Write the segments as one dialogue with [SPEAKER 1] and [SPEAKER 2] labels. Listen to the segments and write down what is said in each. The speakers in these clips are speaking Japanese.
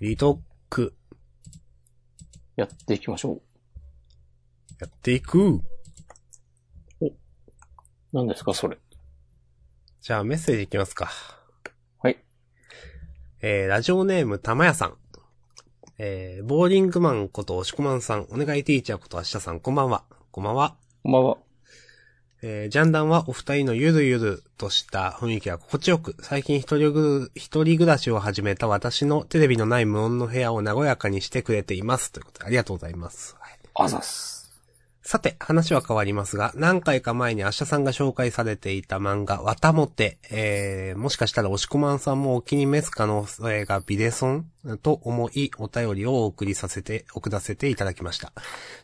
[SPEAKER 1] リドック、
[SPEAKER 2] やっていきましょ
[SPEAKER 1] やっていく。
[SPEAKER 2] う。何ですか、それ。
[SPEAKER 1] じゃあメッセージいきますか。
[SPEAKER 2] はい。
[SPEAKER 1] えー、ラジオネームたまやさん。えー、ボーリングマンこと押しこまんさん、お願いティーチャーこと明日さん、こんばんは。こんばんは。
[SPEAKER 2] こんばんは。
[SPEAKER 1] えージャンダンはお二人のゆるゆるとした雰囲気が心地よく、最近一人ぐ一人暮らしを始めた私のテレビのない無音の部屋を和やかにしてくれています。ということで、ありがとうございます。はい
[SPEAKER 2] あざっす。
[SPEAKER 1] さて、話は変わりますが、何回か前に明日さんが紹介されていた漫画、わたもて、えー、もしかしたら押しこまんさんもお気に召す可能性がビデソンと思い、お便りをお送りさせて、送らせていただきました。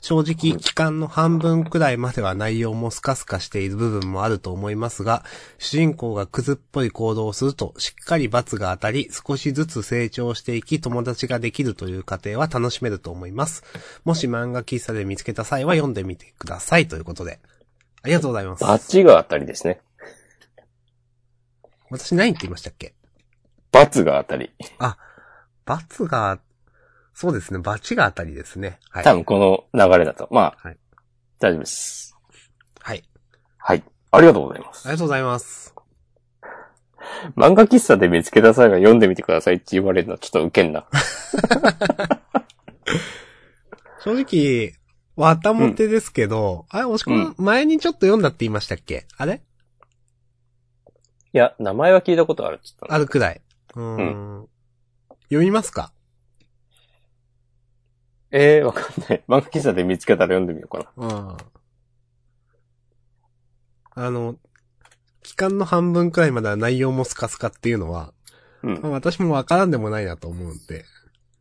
[SPEAKER 1] 正直、期間の半分くらいまでは内容もスカスカしている部分もあると思いますが、主人公がクズっぽい行動をすると、しっかり罰が当たり、少しずつ成長していき、友達ができるという過程は楽しめると思います。もし漫画喫茶で見つけた際は読んでみてくださいということで。ありがとうございます。
[SPEAKER 2] バチが当たりですね。
[SPEAKER 1] 私何って言いましたっけ
[SPEAKER 2] バツが当たり。
[SPEAKER 1] 罰が、そうですね、罰が当たりですね。はい。
[SPEAKER 2] 多分この流れだと。まあ、
[SPEAKER 1] はい
[SPEAKER 2] 大丈夫です。
[SPEAKER 1] はい。
[SPEAKER 2] はい。ありがとうございま
[SPEAKER 1] あ
[SPEAKER 2] す
[SPEAKER 1] り。がとうございます。
[SPEAKER 2] 漫画喫茶で見つけた際が読んでみてくださいって言われるのはちょっとウケんな。
[SPEAKER 1] 正直、わたもてですけど、あれ、押し込む、前にちょっと読んだって言いましたっけあれ
[SPEAKER 2] いや、名前は聞いたことあるって言った
[SPEAKER 1] あ
[SPEAKER 2] の。
[SPEAKER 1] るくらい。うーん。読みますか
[SPEAKER 2] ええー、わかんない。漫画喫茶で見つけたら読んでみようかな。
[SPEAKER 1] うん。あの、期間の半分くらいまでは内容もスカスカっていうのは、
[SPEAKER 2] うん
[SPEAKER 1] ま。あ、私もわからんでもないなと思うんで、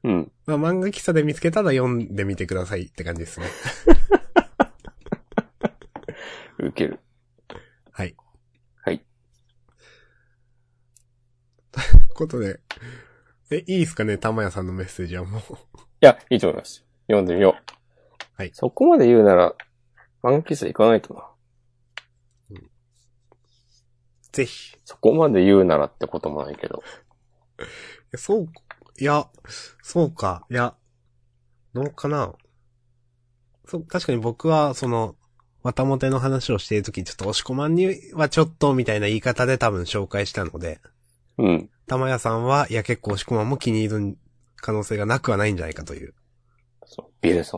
[SPEAKER 2] うん。
[SPEAKER 1] まあ、漫画喫茶で見つけたら読んでみてくださいって感じですね。
[SPEAKER 2] ウケる。
[SPEAKER 1] はい。
[SPEAKER 2] はい。
[SPEAKER 1] ということで、え、いいですかね、玉屋さんのメッセージはもう。
[SPEAKER 2] いや、いいと思います。読んでみよう。
[SPEAKER 1] はい
[SPEAKER 2] そこまで言うなら、漫画喫茶行かないとな。
[SPEAKER 1] ぜひ。
[SPEAKER 2] そこまで言うならってこともないけど。
[SPEAKER 1] えそう、いや、そうか、いや、どうかな。そう、確かに僕は、その、わたもての話をしているときに、ちょっと押し込まんにはちょっと、みたいな言い方で多分紹介したので、
[SPEAKER 2] うん。
[SPEAKER 1] 玉屋さんは、いや、結構押し込まんも気に入る可能性がなくはないんじゃないかという。
[SPEAKER 2] そう。ビルソ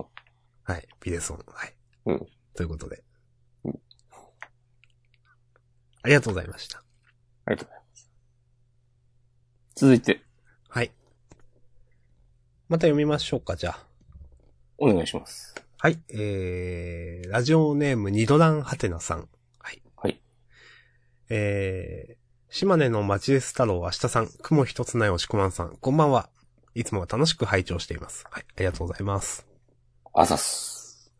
[SPEAKER 2] ン。
[SPEAKER 1] はい。ビデソン。はい。
[SPEAKER 2] うん。
[SPEAKER 1] ということで。
[SPEAKER 2] うん
[SPEAKER 1] ありがとうございました。
[SPEAKER 2] ありがとうございます。続いて、
[SPEAKER 1] はい。また読みましょうか、じゃあ。
[SPEAKER 2] お願いします。
[SPEAKER 1] はい。えー、ラジオネームニドランハテナさん。はい。
[SPEAKER 2] はい。
[SPEAKER 1] えー、島根の町です太郎明日さん、雲一つないおしこまんさん、こんばんは。いつも楽しく拝聴しています。はい。ありがとうございます。
[SPEAKER 2] あざっす。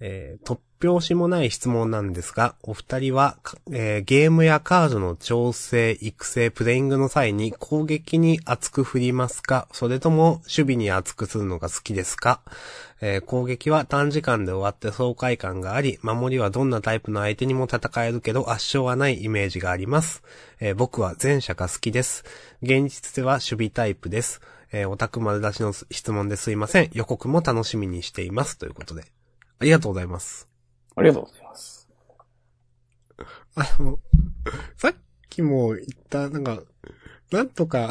[SPEAKER 1] えー突拍子もない質問なんですが、お二人は、かえーゲームやカードの調整、育成、プレイングの際に攻撃に厚く振りますかそれとも守備に厚くするのが好きですか、えー攻撃は短時間で終わって爽快感があり、守りはどんなタイプの相手にも戦えるけど圧勝はないイメージがあります。えー僕は前者が好きです。現実では守備タイプです。えーオタク丸出しの質問ですいません。予告も楽しみにしています。ということで。ありがとうございます。
[SPEAKER 2] ありがとうございます。
[SPEAKER 1] あの、さっきも言った、なんか、なんとか、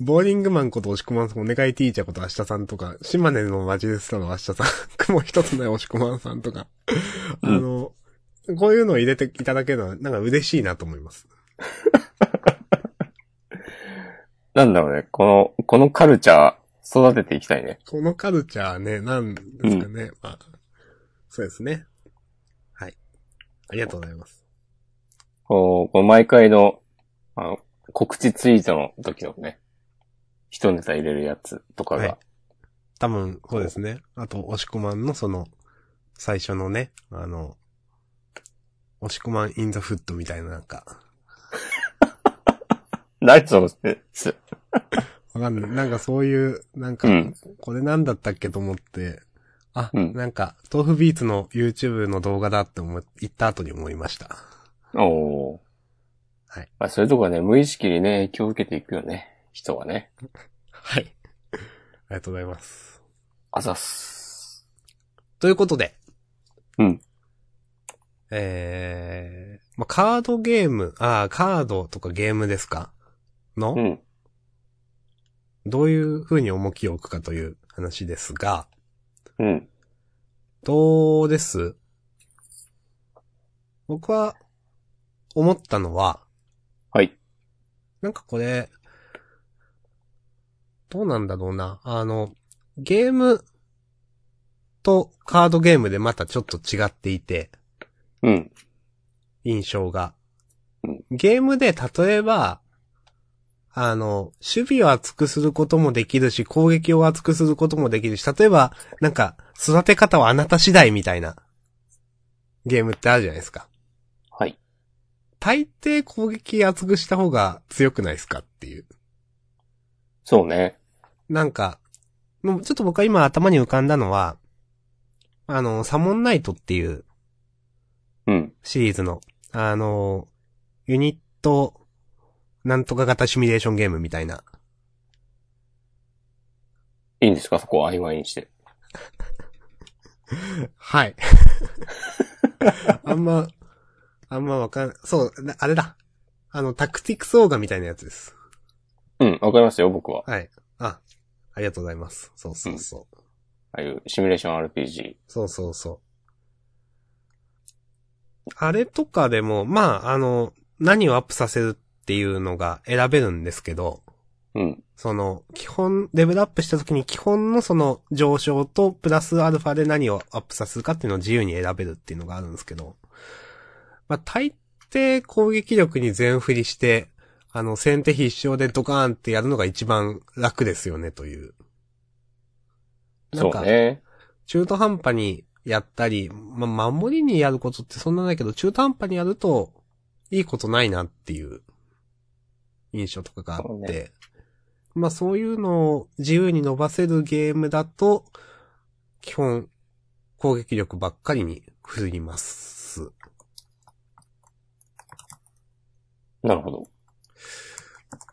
[SPEAKER 1] ボーリングマンこと押し込まんさん、お願いティーチャーこと明日さんとか、島根のマジレスタの明日さん、 雲一つない押し込まんさんとか、あの、こういうのを入れていただけるのは、なんか嬉しいなと思います。
[SPEAKER 2] なんだろうね、この、このカルチャー、育てていきたいね。
[SPEAKER 1] このカルチャーね、なんですかね、まあ、そうですね。はい。ありがとうございます。
[SPEAKER 2] こう、こう毎回の、あの、告知ツイートの時のね、一ネタ入れるやつとかが、
[SPEAKER 1] はい多分、そうですね。あと、押し込まんのその、最初のね、あの、押し込まんインザフットみたいななんか、
[SPEAKER 2] 何そのセンス。
[SPEAKER 1] わかんない。なんかそういう、なんか、
[SPEAKER 2] うん
[SPEAKER 1] これなんだったっけと思って、あ、
[SPEAKER 2] うん
[SPEAKER 1] なんか、豆腐ビーツの YouTube の動画だって思い、言った後に思いました。
[SPEAKER 2] おー
[SPEAKER 1] はい。
[SPEAKER 2] まあ、そういうとこはね、無意識にね、影響を受けていくよね。人はね。
[SPEAKER 1] はい。ありがとうございます。
[SPEAKER 2] あざっす。
[SPEAKER 1] ということで。
[SPEAKER 2] うん。
[SPEAKER 1] えー、まあ、カードゲーム、ああ、カードとかゲームですかの、
[SPEAKER 2] うん。
[SPEAKER 1] どういう風に重きを置くかという話ですが、
[SPEAKER 2] うん。
[SPEAKER 1] どうです僕は、思ったのは、
[SPEAKER 2] はい。
[SPEAKER 1] なんかこれ、どうなんだろうな。あの、ゲームとカードゲームでまたちょっと違っていて、
[SPEAKER 2] うん。
[SPEAKER 1] 印象が
[SPEAKER 2] うん。
[SPEAKER 1] ゲームで例えば、あの、守備を厚くすることもできるし、攻撃を厚くすることもできるし、例えば、なんか、育て方はあなた次第みたいな、ゲームってあるじゃないですか。
[SPEAKER 2] はい。
[SPEAKER 1] 大抵攻撃厚くした方が強くないですかっていう。
[SPEAKER 2] そうね。
[SPEAKER 1] なんか、もうちょっと僕は今頭に浮かんだのは、あの、サモンナイトっていう
[SPEAKER 2] うん。
[SPEAKER 1] シリーズの、あの、ユニット、なんとか型シミュレーションゲームみたいな。
[SPEAKER 2] いいんですかそこを曖昧にして。
[SPEAKER 1] はい。 あんま、あんまわかん、そう、なあれだ。あの、タクティクスオーガみたいなやつです。
[SPEAKER 2] うん。わかりますよ、僕は。
[SPEAKER 1] はい。あ、ありがとうございます。そうそうそう。
[SPEAKER 2] ああいうシミュレーション RPG。
[SPEAKER 1] そうそうそう。あれとかでも、まあ、あの、何をアップさせるっていうのが選べるんですけど、
[SPEAKER 2] うん。
[SPEAKER 1] その、基本、レベルアップした時に基本のその上昇とプラスアルファで何をアップさせるかっていうのを自由に選べるっていうのがあるんですけど、まあ、大抵攻撃力に全振りして、あの、先手必勝でドカーンってやるのが一番楽ですよねという。なん
[SPEAKER 2] そ
[SPEAKER 1] か
[SPEAKER 2] うね。
[SPEAKER 1] 中途半端にやったり、まあ、守りにやることってそんなないけど、中途半端にやると、いいことないなっていう、印象とかがあ
[SPEAKER 2] そう
[SPEAKER 1] って、
[SPEAKER 2] ね
[SPEAKER 1] まあ、そういうのを自由に伸ばせるゲームだと、基本、攻撃力ばっかりに振ります。
[SPEAKER 2] なるほど。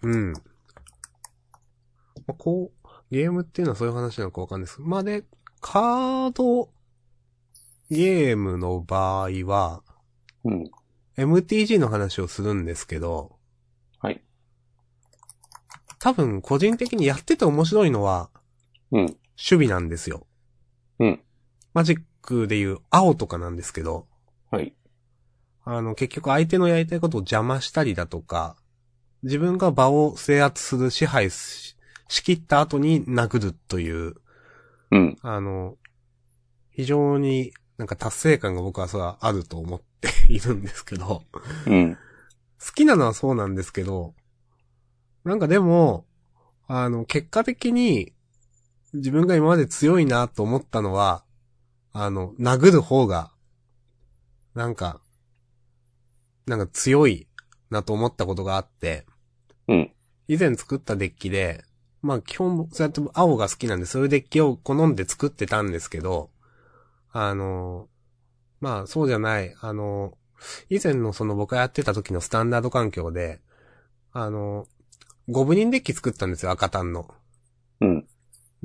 [SPEAKER 1] うん。まあ、こう、ゲームっていうのはそういう話なのかわかんないです。まあ、で、カード、ゲームの場合は、
[SPEAKER 2] うん。
[SPEAKER 1] MTG の話をするんですけど、
[SPEAKER 2] はい。
[SPEAKER 1] 多分個人的にやってて面白いのは
[SPEAKER 2] うん。
[SPEAKER 1] 守備なんですよ。
[SPEAKER 2] うん。
[SPEAKER 1] マジックでいう青とかなんですけど、
[SPEAKER 2] はい。
[SPEAKER 1] あの結局相手のやりたいことを邪魔したりだとか、自分が場を制圧する、支配し、しきった後に殴るという、
[SPEAKER 2] うん。
[SPEAKER 1] あの、非常になんか達成感が僕はそれはあると思っているんですけど、
[SPEAKER 2] うん。
[SPEAKER 1] 好きなのはそうなんですけど、なんかでも、あの、結果的に、自分が今まで強いなと思ったのは、あの、殴る方が、なんか、なんか強いなと思ったことがあって、
[SPEAKER 2] うん。
[SPEAKER 1] 以前作ったデッキで、まあ基本、そうやって青が好きなんで、そういうデッキを好んで作ってたんですけど、あの、まあそうじゃない、あの、以前のその僕がやってた時のスタンダード環境で、あの、ゴブリンデッキ作ったんですよ、赤単の。
[SPEAKER 2] うん。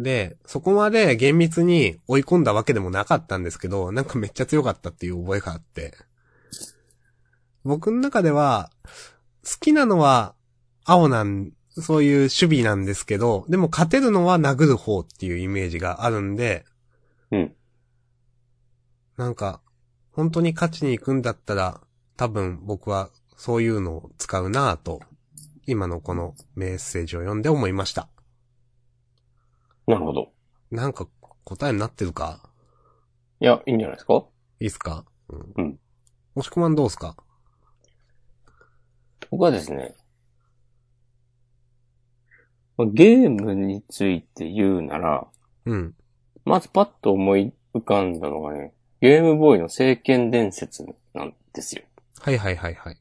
[SPEAKER 1] で、そこまで厳密に追い込んだわけでもなかったんですけど、なんかめっちゃ強かったっていう覚えがあって。僕の中では、好きなのは青なん、そういう守備なんですけど、でも勝てるのは殴る方っていうイメージがあるんで、
[SPEAKER 2] うん。
[SPEAKER 1] なんか、本当に勝ちに行くんだったら、多分僕はそういうのを使うなぁと、今のこのメッセージを読んで思いました。
[SPEAKER 2] なるほど。
[SPEAKER 1] なんか答えになってるか
[SPEAKER 2] いや、いいんじゃないですか
[SPEAKER 1] いいっすかうん。
[SPEAKER 2] うん
[SPEAKER 1] 押し込まんどうっすか
[SPEAKER 2] 僕はですね、まあゲームについて言うなら、
[SPEAKER 1] うん。
[SPEAKER 2] まずパッと思い浮かんだのがね、ゲームボーイの聖剣伝説なんですよ。
[SPEAKER 1] はいはいはいはい。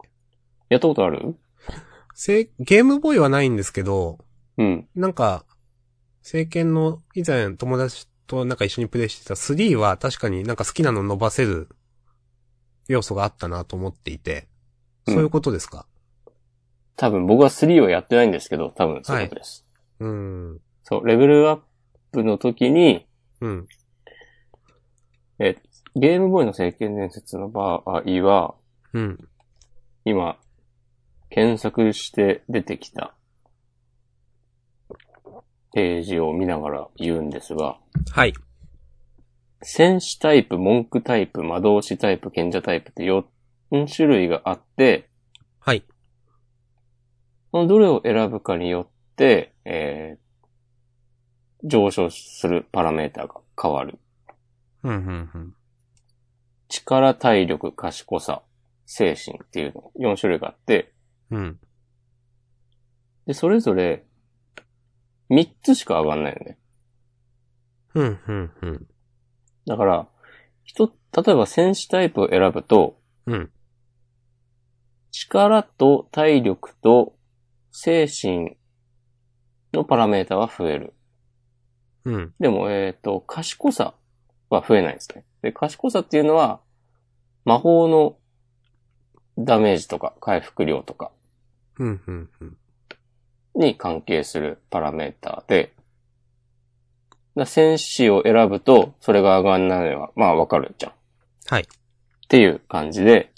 [SPEAKER 2] やったことある
[SPEAKER 1] せ、ゲームボーイはないんですけど、
[SPEAKER 2] うん。
[SPEAKER 1] なんか、聖剣の以前友達となんか一緒にプレイしてた3は確かになんか好きなの伸ばせる要素があったなと思っていて、
[SPEAKER 2] うん
[SPEAKER 1] そういうことですか、
[SPEAKER 2] 多分僕は3をやってないんですけど、多分そういうことです。
[SPEAKER 1] うん、
[SPEAKER 2] そう、レベルアップの時に、
[SPEAKER 1] うん。
[SPEAKER 2] え、ゲームボーイの聖剣伝説の場合は、
[SPEAKER 1] うん。
[SPEAKER 2] 今、検索して出てきたページを見ながら言うんですが、
[SPEAKER 1] はい。
[SPEAKER 2] 戦士タイプ、文句タイプ、魔導士タイプ、賢者タイプって4種類があって、
[SPEAKER 1] はい。
[SPEAKER 2] そのどれを選ぶかによって、えー、上昇するパラメーターが変わる。
[SPEAKER 1] うん、うん、うん。
[SPEAKER 2] 力、体力、賢さ、精神っていうの4種類があって、
[SPEAKER 1] うん。
[SPEAKER 2] で、それぞれ3つしか上がんないよね。
[SPEAKER 1] うん、うん、うん。
[SPEAKER 2] だから、人、例えば戦士タイプを選ぶと、
[SPEAKER 1] うん。
[SPEAKER 2] 力と体力と精神のパラメータは増える。
[SPEAKER 1] うん。
[SPEAKER 2] でも、えっ、と、賢さは増えないんですね。で、賢さっていうのは、魔法のダメージとか回復量とか
[SPEAKER 1] うん、うん、うん。
[SPEAKER 2] に関係するパラメータで、だ戦士を選ぶと、それが上がんないのは、まあわかるじゃん。
[SPEAKER 1] はい
[SPEAKER 2] っていう感じで、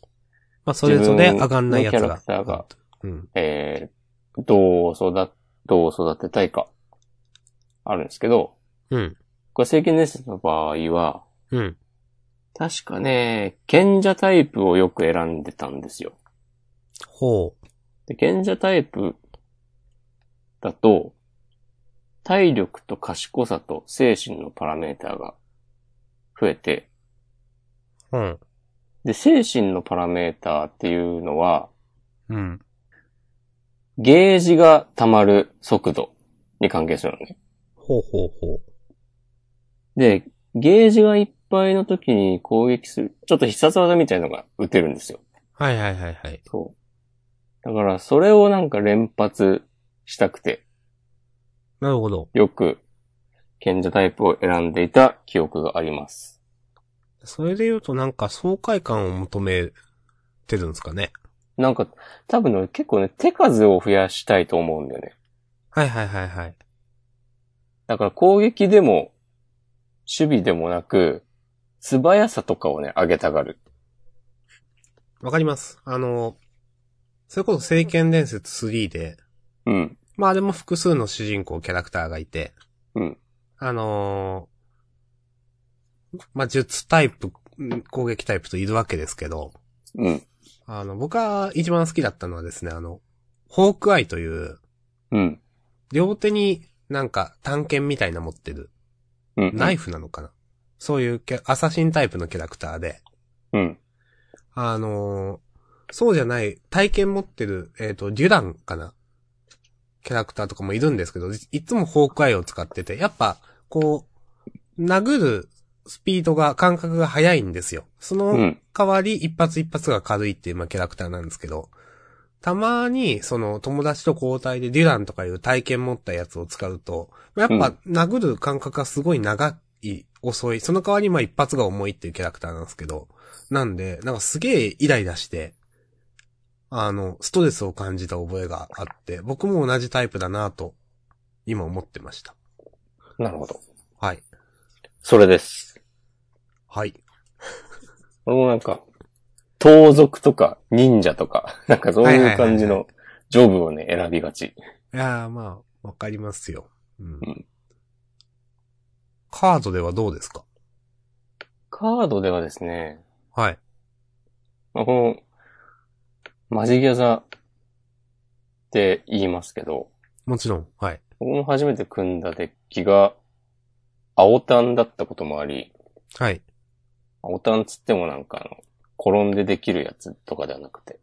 [SPEAKER 1] まあ、それぞれ上がんないやつが。
[SPEAKER 2] 自分のキャラクターが
[SPEAKER 1] うん。
[SPEAKER 2] えー、どう育、どう育てたいか、あるんですけど、
[SPEAKER 1] うん。
[SPEAKER 2] これ聖剣伝説の場合は、
[SPEAKER 1] うん。
[SPEAKER 2] 確かね、賢者タイプをよく選んでたんですよ。
[SPEAKER 1] ほう。
[SPEAKER 2] で賢者タイプだと、体力と賢さと精神のパラメーターが増えて、
[SPEAKER 1] うん。
[SPEAKER 2] で、精神のパラメーターっていうのは、
[SPEAKER 1] うん。
[SPEAKER 2] ゲージが溜まる速度に関係するのね。
[SPEAKER 1] ほうほうほ
[SPEAKER 2] で、ゲージがいっぱいの時に攻撃する、ちょっと必殺技みたいのが打てるんですよ。
[SPEAKER 1] う。はいはいはいはい。
[SPEAKER 2] そう。だから、それをなんか連発したくて、
[SPEAKER 1] なるほど。
[SPEAKER 2] よく、賢者タイプを選んでいた記憶があります。
[SPEAKER 1] それで言うとなんか爽快感を求めてるんですかね。
[SPEAKER 2] なんか、多分ね、結構ね、手数を増やしたいと思うんだよね。
[SPEAKER 1] はいはいはいはい。
[SPEAKER 2] だから攻撃でも、守備でもなく、素早さとかをね、上げたがる。
[SPEAKER 1] わかります。あの、それこそ聖剣伝説3で、
[SPEAKER 2] うん。
[SPEAKER 1] まああれも複数の主人公キャラクターがいて、
[SPEAKER 2] うん。
[SPEAKER 1] あのーまあ術タイプ、うん攻撃タイプといるわけですけど、
[SPEAKER 2] うん。
[SPEAKER 1] あの、僕が一番好きだったのはですね、あの、ホークアイという、
[SPEAKER 2] うん。
[SPEAKER 1] 両手になんか探検みたいな持ってる、
[SPEAKER 2] うん。
[SPEAKER 1] ナイフなのかな、そういうキャアサシンタイプのキャラクターで、
[SPEAKER 2] うん。
[SPEAKER 1] あのーそうじゃない、体験持ってる、えっ、と、デュランかなキャラクターとかもいるんですけど、いいつもホークアイを使ってて、やっぱ、こう、殴るスピードが、感覚が速いんですよ。そうの
[SPEAKER 2] ん。
[SPEAKER 1] 代わり、一発一発が軽いっていう、まあ、キャラクターなんですけど、たまに、その、友達と交代でデュランとかいう体験持ったやつを使うと、やっ
[SPEAKER 2] うん
[SPEAKER 1] ぱ、殴る感覚がすごい長い、遅い。その代わり、まあ、一発が重いっていうキャラクターなんですけど、なんで、なんかすげえイライラして、あの、ストレスを感じた覚えがあって、僕も同じタイプだなと、今思ってました。
[SPEAKER 2] なるほど。
[SPEAKER 1] はい。
[SPEAKER 2] それです。
[SPEAKER 1] はい。
[SPEAKER 2] 俺もなんか、盗賊とか忍者とか、 なんかそういう感じ
[SPEAKER 1] は
[SPEAKER 2] のジョブをね、選びがち。
[SPEAKER 1] いやーまあ、わかりますよ。うん。
[SPEAKER 2] うん
[SPEAKER 1] カードではどうですか
[SPEAKER 2] カードではですね、
[SPEAKER 1] はい。
[SPEAKER 2] まあ、この、マジギャザって言いますけど、
[SPEAKER 1] もちろん。はい。
[SPEAKER 2] 僕も初めて組んだデッキが、青タンだったこともあり、
[SPEAKER 1] はい。
[SPEAKER 2] 青タンつってもなんかあの、転んでできるやつとかではなくて。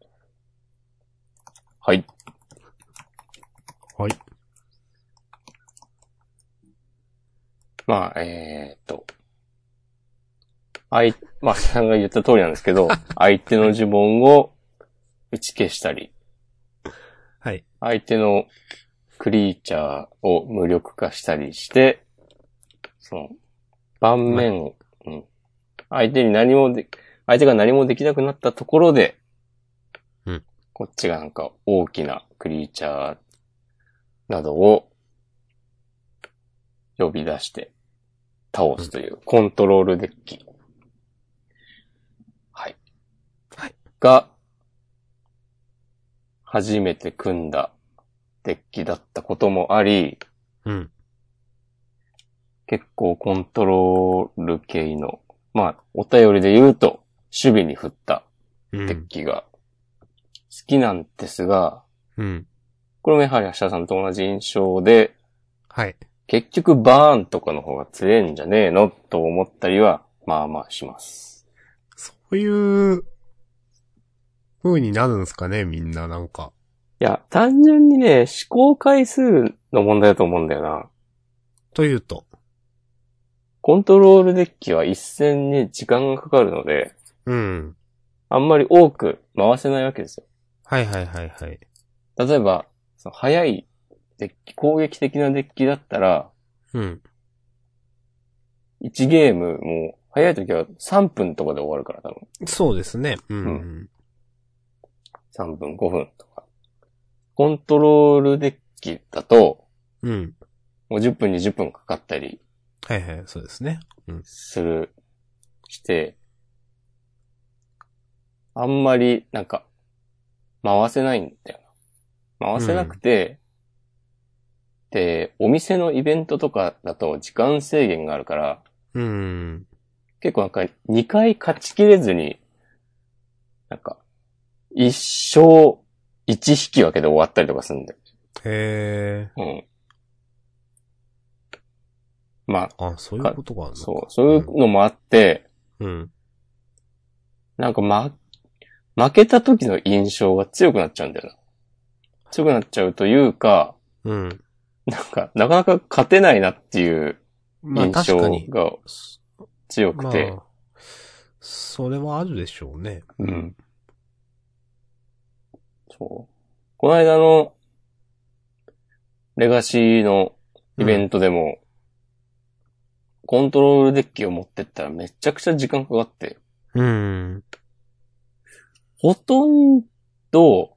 [SPEAKER 2] はい。
[SPEAKER 1] はい。
[SPEAKER 2] まあ、えー、っと。あい、まあ、さんが言った通りなんですけ ど、相手の呪文を打ち消したり、
[SPEAKER 1] はい。
[SPEAKER 2] 相手のクリーチャーを無力化したりして、その、盤面を、うん。相手に何もで、相手が何もできなくなったところで、
[SPEAKER 1] うん
[SPEAKER 2] こっちがなんか大きなクリーチャーなどを呼び出して倒すというコントロールデッキ。はい。
[SPEAKER 1] はい。
[SPEAKER 2] が、初めて組んだデッキだったこともあり、
[SPEAKER 1] うん。
[SPEAKER 2] 結構コントロール系の、まあ、お便りで言うと、守備に振った
[SPEAKER 1] う
[SPEAKER 2] デッ
[SPEAKER 1] ん。
[SPEAKER 2] キが好きなんですが、
[SPEAKER 1] うん。
[SPEAKER 2] これもやはり明日さんと同じ印象で、
[SPEAKER 1] はい。
[SPEAKER 2] 結局バーンとかの方が強えんじゃねえのと思ったりは、まあまあします。
[SPEAKER 1] そういう、風になるんですかね、みんな、なんか。
[SPEAKER 2] いや、単純にね、試行回数の問題だと思うんだよな。
[SPEAKER 1] というと。
[SPEAKER 2] コントロールデッキは一戦に時間がかかるので、
[SPEAKER 1] うん。
[SPEAKER 2] あんまり多く回せないわけですよ。
[SPEAKER 1] はいはいはいはい。
[SPEAKER 2] 例えば、その速いデッキ、攻撃的なデッキだったら、
[SPEAKER 1] うん。
[SPEAKER 2] 1ゲームもう、早い時は3分とかで終わるから、多分。
[SPEAKER 1] そうですね。うん。
[SPEAKER 2] う3分、5分とか。コントロールデッキだと、
[SPEAKER 1] うん。
[SPEAKER 2] もう10分、20分かかったり
[SPEAKER 1] はいはい、そうですね。
[SPEAKER 2] する、して、あんまり、なんか、回せないんだよな。回せなくて、で、お店のイベントとかだと時間制限があるから、
[SPEAKER 1] うん。
[SPEAKER 2] 結構なんか2回勝ちきれずに、なんか、一生一引き分けで終わったりとかするんだよ。
[SPEAKER 1] へえ。
[SPEAKER 2] うん。ま
[SPEAKER 1] あ、そういうことがある
[SPEAKER 2] あ、
[SPEAKER 1] の
[SPEAKER 2] そう、そういうのもあって、
[SPEAKER 1] うん。
[SPEAKER 2] なんかま、負けた時の印象が強くなっちゃうんだよな。強くなっちゃうというか、
[SPEAKER 1] うん。
[SPEAKER 2] なんか、なかなか勝てないなっていう
[SPEAKER 1] まあ
[SPEAKER 2] 印
[SPEAKER 1] 確
[SPEAKER 2] 象
[SPEAKER 1] かに。
[SPEAKER 2] が強く
[SPEAKER 1] ま
[SPEAKER 2] て、
[SPEAKER 1] あ、それはあるでしょうね。
[SPEAKER 2] うん。そう。この間の、レガシーのイベントでも、コントロールデッキを持ってったらめちゃくちゃ時間かかって、
[SPEAKER 1] うん。
[SPEAKER 2] ほとんど、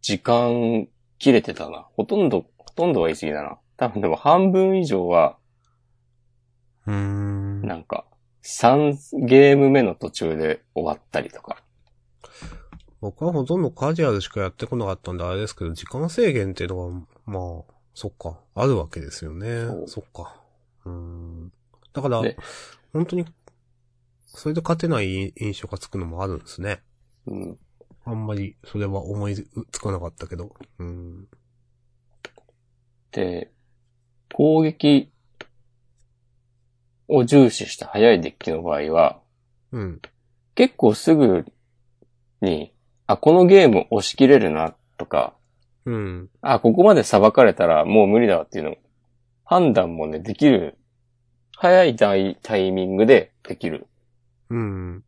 [SPEAKER 2] 時間切れてたな。ほとんど、ほとんどは言い過ぎだな。多分でも半分以上は、
[SPEAKER 1] うん。
[SPEAKER 2] なんか、3ゲーム目の途中で終わったりとか。
[SPEAKER 1] 僕はほとんどカジュアルしかやってこなかったんであれですけど、時間制限っていうのが、まあ、そっか、あるわけですよね
[SPEAKER 2] そ。う
[SPEAKER 1] そっか。うーん。だから
[SPEAKER 2] ね、
[SPEAKER 1] 本当に、それで勝てない印象がつくのもあるんですね。
[SPEAKER 2] うん。
[SPEAKER 1] あんまり、それは思いつかなかったけど。うん。
[SPEAKER 2] で、攻撃を重視した速いデッキの場合は、
[SPEAKER 1] うん。
[SPEAKER 2] 結構すぐに、あ、このゲーム押し切れるなとか、
[SPEAKER 1] うん。
[SPEAKER 2] あ、ここまで裁かれたらもう無理だっていうの、判断もね、できる。早いタイタイミングでできる。
[SPEAKER 1] うん。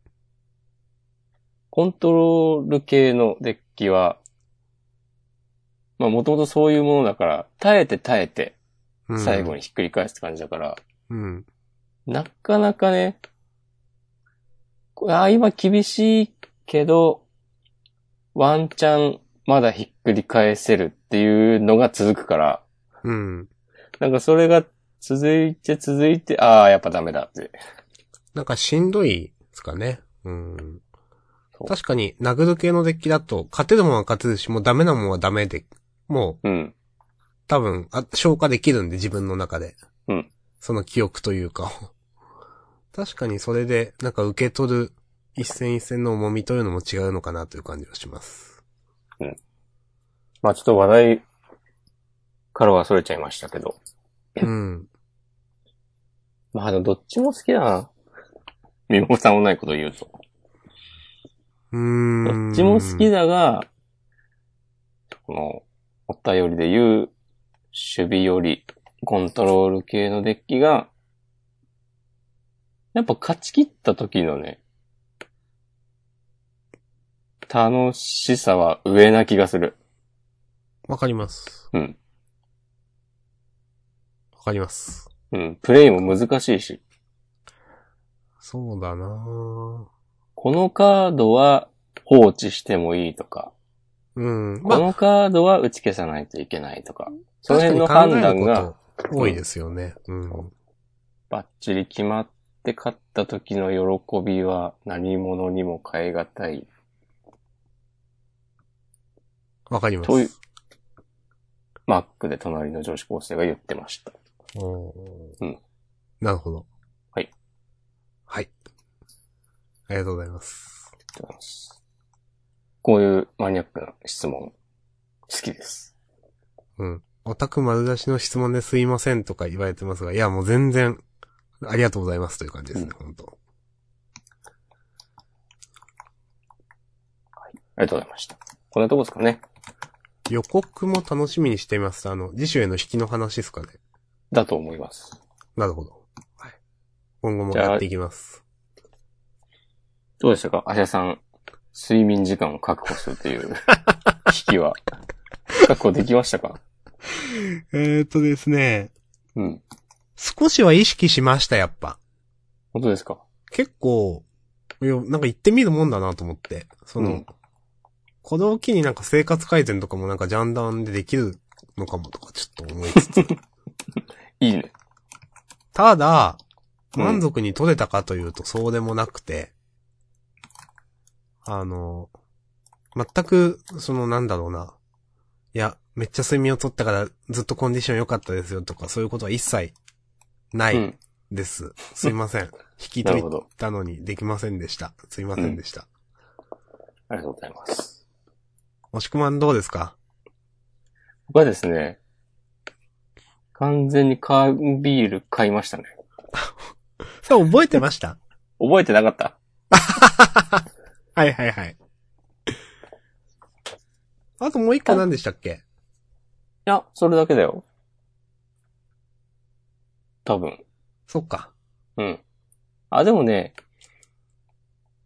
[SPEAKER 2] コントロール系のデッキは、まあもともとそういうものだから、耐えて耐えて、
[SPEAKER 1] うん
[SPEAKER 2] 最後にひっくり返すって感じだから、
[SPEAKER 1] うん。
[SPEAKER 2] なかなかね、これあー今厳しいけど、ワンチャンまだひっくり返せるっていうのが続くから、
[SPEAKER 1] うん。
[SPEAKER 2] なんかそれが続いて続いて、ああ、やっぱダメだって。
[SPEAKER 1] なんかしんどいですかね。うん
[SPEAKER 2] そ。う
[SPEAKER 1] 確かに、殴る系のデッキだと、勝てるもんは勝てるし、もうダメなもんはダメで、もう、
[SPEAKER 2] うん。
[SPEAKER 1] 多分、あ、消化できるんで、自分の中で。
[SPEAKER 2] うん。
[SPEAKER 1] その記憶というか。 確かにそれで、なんか受け取る一戦一戦の重みというのも違うのかなという感じがし ます。
[SPEAKER 2] まあちょっと話題からはそれちゃいましたけど。
[SPEAKER 1] うん。
[SPEAKER 2] まあでもどっちも好きだな。みもさんもないこと言うと。
[SPEAKER 1] う
[SPEAKER 2] ど
[SPEAKER 1] ーん。
[SPEAKER 2] っちも好き。だが、この、お便りで言う、守備より、コントロール系のデッキが、やっぱ勝ち切った時のね、楽しさは上な気がする。
[SPEAKER 1] わかります。
[SPEAKER 2] うん。
[SPEAKER 1] わかります。
[SPEAKER 2] うん、プレイも難しいし。
[SPEAKER 1] そうだなぁ
[SPEAKER 2] このカードは放置してもいいとか、
[SPEAKER 1] うん。
[SPEAKER 2] こ
[SPEAKER 1] まあ、
[SPEAKER 2] のカードは打ち消さないといけないとか、その辺の
[SPEAKER 1] 確
[SPEAKER 2] 判
[SPEAKER 1] かに
[SPEAKER 2] 断
[SPEAKER 1] 考える
[SPEAKER 2] が
[SPEAKER 1] こ多いですよね。うん。
[SPEAKER 2] バッチリ決まって勝った時の喜びは何者にも変え難い。
[SPEAKER 1] わかります。
[SPEAKER 2] という、マックで隣の女子高生が言ってました。
[SPEAKER 1] おー
[SPEAKER 2] うん
[SPEAKER 1] なるほど。
[SPEAKER 2] はい。
[SPEAKER 1] はい。ありがとうございます。
[SPEAKER 2] ありがとうございますこういうマニアックな質問、好きです。
[SPEAKER 1] うん。オタク丸出しの質問ですいませんとか言われてますが、いやもう全然、ありがとうございますという感じですね、本当
[SPEAKER 2] ありがとうございました。こんなとこですかね。
[SPEAKER 1] 予告も楽しみにしています。あの、次週への引きの話ですかね。
[SPEAKER 2] だと思います。
[SPEAKER 1] なるほど。はい。今後もやっていきます。
[SPEAKER 2] どうでしたかアシャさん、睡眠時間を確保するという危機は、確保できましたか
[SPEAKER 1] えーっとですね、
[SPEAKER 2] うん。
[SPEAKER 1] 少しは意識しました、やっぱ。
[SPEAKER 2] 本当ですか
[SPEAKER 1] 結構、いや、なんか行ってみるもんだなと思って。その、
[SPEAKER 2] うん
[SPEAKER 1] これを機になんか生活改善とかもなんかジャンダンでできるのかもとかちょっと思いつつ。
[SPEAKER 2] いいね。
[SPEAKER 1] ただ、
[SPEAKER 2] うん
[SPEAKER 1] 満足に取れたかというとそうでもなくて、あの、全く、そのなんだろうな。いや、めっちゃ睡眠を取ったからずっとコンディション良かったですよとかそういうことは一切な
[SPEAKER 2] う
[SPEAKER 1] い
[SPEAKER 2] ん。
[SPEAKER 1] です。すいま せん。引き
[SPEAKER 2] なる
[SPEAKER 1] 取
[SPEAKER 2] ほど。
[SPEAKER 1] ったのにできませんでした。すいませんでした。
[SPEAKER 2] ありがとうございます。
[SPEAKER 1] 押し込まんどうですか
[SPEAKER 2] 僕はですね、完全に缶ビール買いましたね。
[SPEAKER 1] それ覚えてました
[SPEAKER 2] 覚えてなかった
[SPEAKER 1] はいはいはい。あともう一個何でしたっけ
[SPEAKER 2] いや、それだけだよ。多分。
[SPEAKER 1] そっか。
[SPEAKER 2] うん。あ、でもね、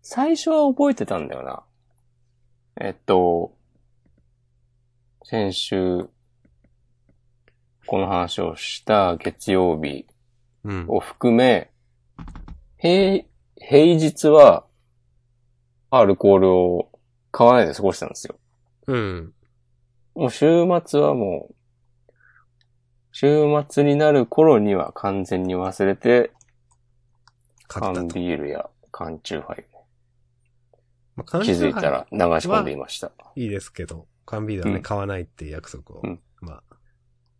[SPEAKER 2] 最初は覚えてたんだよな。えっと、先週、この話をした月曜日
[SPEAKER 1] うん。
[SPEAKER 2] を含め、平、平日は、アルコールを買わないで過ごしてたんですよ。
[SPEAKER 1] うん。
[SPEAKER 2] もう週末はもう、週末になる頃には完全に忘れて、
[SPEAKER 1] 勝った
[SPEAKER 2] 缶
[SPEAKER 1] と。
[SPEAKER 2] ビールや缶チューハイ
[SPEAKER 1] まあ缶
[SPEAKER 2] 気
[SPEAKER 1] ビー
[SPEAKER 2] づ
[SPEAKER 1] ル
[SPEAKER 2] いたら流し込んでいました。
[SPEAKER 1] いいですけど、缶ビールはね、
[SPEAKER 2] うん
[SPEAKER 1] 買わないっていう約束を。
[SPEAKER 2] うん
[SPEAKER 1] まあ、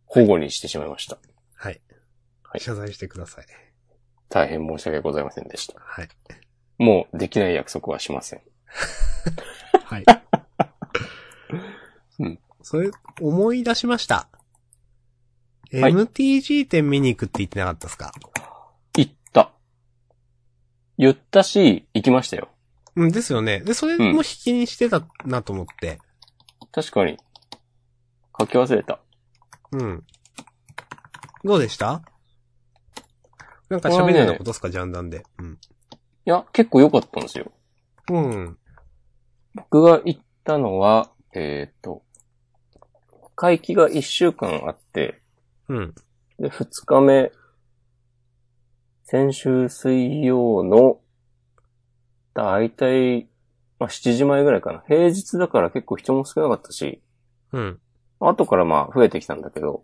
[SPEAKER 2] 保護にしてしまいました。
[SPEAKER 1] はい。
[SPEAKER 2] はい
[SPEAKER 1] 謝罪してください。
[SPEAKER 2] 大変申し訳ございませんでした。
[SPEAKER 1] はい。
[SPEAKER 2] もうできない約束はしません。
[SPEAKER 1] はい。
[SPEAKER 2] うん。
[SPEAKER 1] それ、思い出しました。
[SPEAKER 2] はい
[SPEAKER 1] MTG 店見に行くって言ってなかったですか
[SPEAKER 2] 行った。言ったし、行きましたよ。
[SPEAKER 1] うん、ですよね。で、それも引きにしてたなと思って。
[SPEAKER 2] 確かに。書き忘れた。
[SPEAKER 1] うん。どうでしたなんか喋るようなことですか、ジャンダンで。うん。
[SPEAKER 2] いや、結構良かったんですよ。
[SPEAKER 1] うん。
[SPEAKER 2] 僕が行ったのは、えっ、と、会期が1週間あって、
[SPEAKER 1] うん。
[SPEAKER 2] で、2日目、先週水曜の、だいたい、まあ、7時前ぐらいかな。平日だから結構人も少なかったし、
[SPEAKER 1] うん。
[SPEAKER 2] 後からまあ増えてきたんだけど、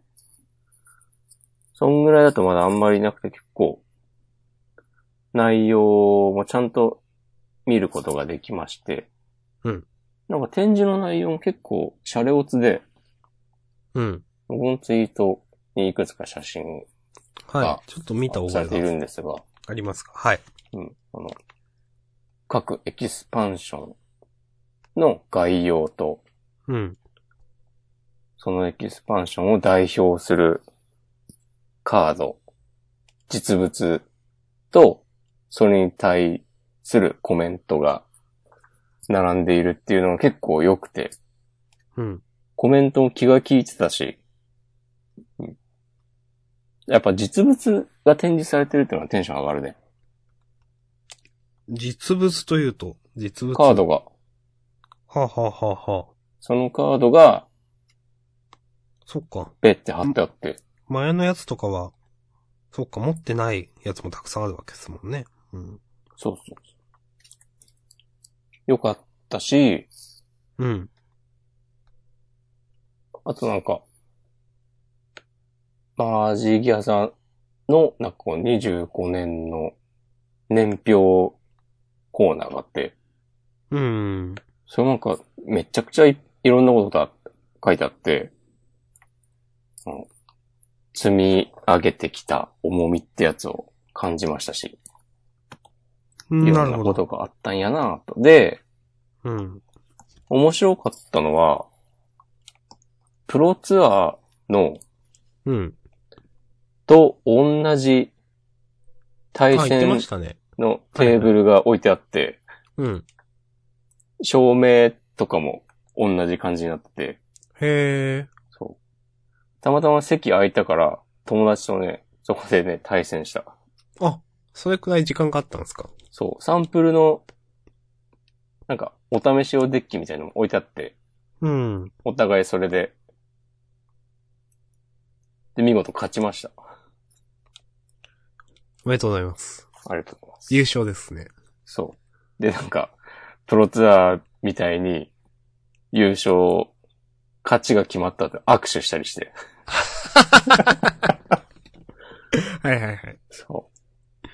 [SPEAKER 2] そんぐらいだとまだあんまりいなくて結構、内容もちゃんと見ることができまして、
[SPEAKER 1] うん。
[SPEAKER 2] なんか展示の内容も結構シャレオツで、
[SPEAKER 1] うん。
[SPEAKER 2] 僕のツイートにいくつか写真を
[SPEAKER 1] は
[SPEAKER 2] あ
[SPEAKER 1] い。ちょっと見た
[SPEAKER 2] さ
[SPEAKER 1] 覚
[SPEAKER 2] れてい
[SPEAKER 1] えが
[SPEAKER 2] るんですが、
[SPEAKER 1] ありますかはい。
[SPEAKER 2] うん、あの、各エキスパンションの概要と、
[SPEAKER 1] うん。
[SPEAKER 2] そのエキスパンションを代表するカード、実物と、それに対するコメントが並んでいるっていうのが結構良くて、
[SPEAKER 1] うん。
[SPEAKER 2] コメントも気が利いてたし、うんやっぱ実物が展示されてるっていうのはテンション上がるね。
[SPEAKER 1] 実物というと、実物。
[SPEAKER 2] カー。ドが、
[SPEAKER 1] はあ、はあはあはあ、
[SPEAKER 2] そのカードが
[SPEAKER 1] そっか。
[SPEAKER 2] ペって貼ってあって、
[SPEAKER 1] 前のやつとかは、そっか、持ってないやつもたくさんあるわけですもんね。うん。
[SPEAKER 2] そうそうそう。よかったし、
[SPEAKER 1] うん。
[SPEAKER 2] あとなんか、まあ、ジーギアさんの、なんかこう25年の年表コーナーがあって、
[SPEAKER 1] うん。
[SPEAKER 2] それなんか、めちゃくちゃいいろんなことが書いてあって、その積み上げてきた重みってやつを感じましたし、い
[SPEAKER 1] な
[SPEAKER 2] ろん
[SPEAKER 1] る
[SPEAKER 2] な
[SPEAKER 1] ほ
[SPEAKER 2] こ
[SPEAKER 1] ど。
[SPEAKER 2] とがあったんやなぁと。で、
[SPEAKER 1] うん。
[SPEAKER 2] 面白かったのは、プロツアーの
[SPEAKER 1] うん。
[SPEAKER 2] と同じ対
[SPEAKER 1] あ、言ってま
[SPEAKER 2] 戦
[SPEAKER 1] したね。
[SPEAKER 2] のテーブルが置いてあって、
[SPEAKER 1] うん。
[SPEAKER 2] 照明とかも同じ感じになってて、
[SPEAKER 1] へえ。
[SPEAKER 2] そう。たまたま席空いたから、友達とね、そこでね、対戦した。
[SPEAKER 1] あ、それくらい時間があったんですか
[SPEAKER 2] そう。サンプルの、なんか、お試し用デッキみたいなのも置いてあって、
[SPEAKER 1] うん。
[SPEAKER 2] お互いそれで、で、見事勝ちました。
[SPEAKER 1] おめでとうございます。
[SPEAKER 2] ありがとうございます。
[SPEAKER 1] 優勝ですね。
[SPEAKER 2] そう。で、なんか、プロツアーみたいに、優勝、勝ちが決まったって握手したりして。
[SPEAKER 1] はいはいはい。
[SPEAKER 2] そう。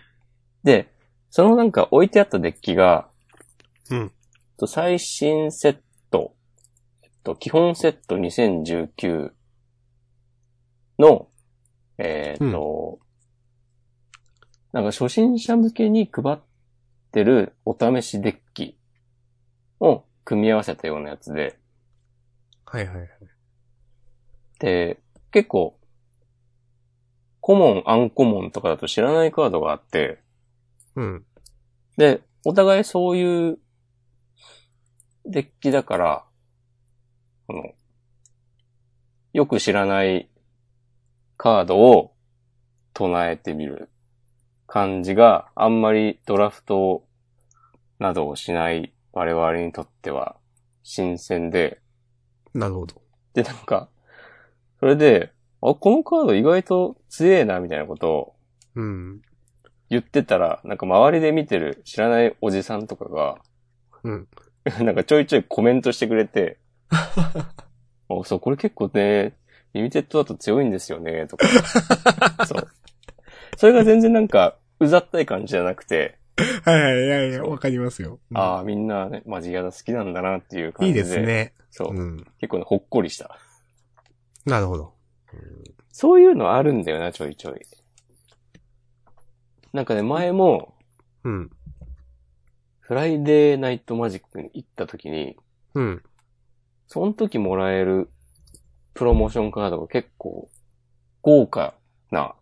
[SPEAKER 2] で、そのなんか置いてあったデッキが、
[SPEAKER 1] うん。
[SPEAKER 2] と最新セット、えっと、基本セット2019の、えーっと、なんか初心者向けに配ってるお試しデッキを組み合わせたようなやつで、
[SPEAKER 1] はいはいはい。
[SPEAKER 2] で、結構、コモン、アンコモンとかだと知らないカードがあって、
[SPEAKER 1] うん。
[SPEAKER 2] で、お互いそういうデッキだから、この、よく知らないカードを唱えてみる感じがあんまりドラフトなどをしない我々にとっては新鮮で、
[SPEAKER 1] なるほど。
[SPEAKER 2] で、なんか、それで、あ、このカード意外と強えな、みたいなことを
[SPEAKER 1] うん。
[SPEAKER 2] 言ってたら、なんか周りで見てる知らないおじさんとかが、
[SPEAKER 1] うん。
[SPEAKER 2] なんかちょいちょいコメントしてく れて、あ、そう、これ結構ね、リミテッドだと強いんですよね、 とか。そう。それが全然なんか、うざったい感じじゃなくて、
[SPEAKER 1] はいはい、いやいや、わかりますよ。うん
[SPEAKER 2] ああ、みんなね、マジヤダ好きなんだなっていう感
[SPEAKER 1] い
[SPEAKER 2] じ
[SPEAKER 1] い
[SPEAKER 2] で。
[SPEAKER 1] です。ね。
[SPEAKER 2] そう。
[SPEAKER 1] うん。
[SPEAKER 2] 結構ね、ほっこりした。
[SPEAKER 1] なるほど。
[SPEAKER 2] そういうのあるんだよな、ちょいちょい。なんかね、前も、
[SPEAKER 1] うん。
[SPEAKER 2] フライデーナイトマジックに行った時に、
[SPEAKER 1] うん。
[SPEAKER 2] その時もらえるプロモーションカードが結構豪華な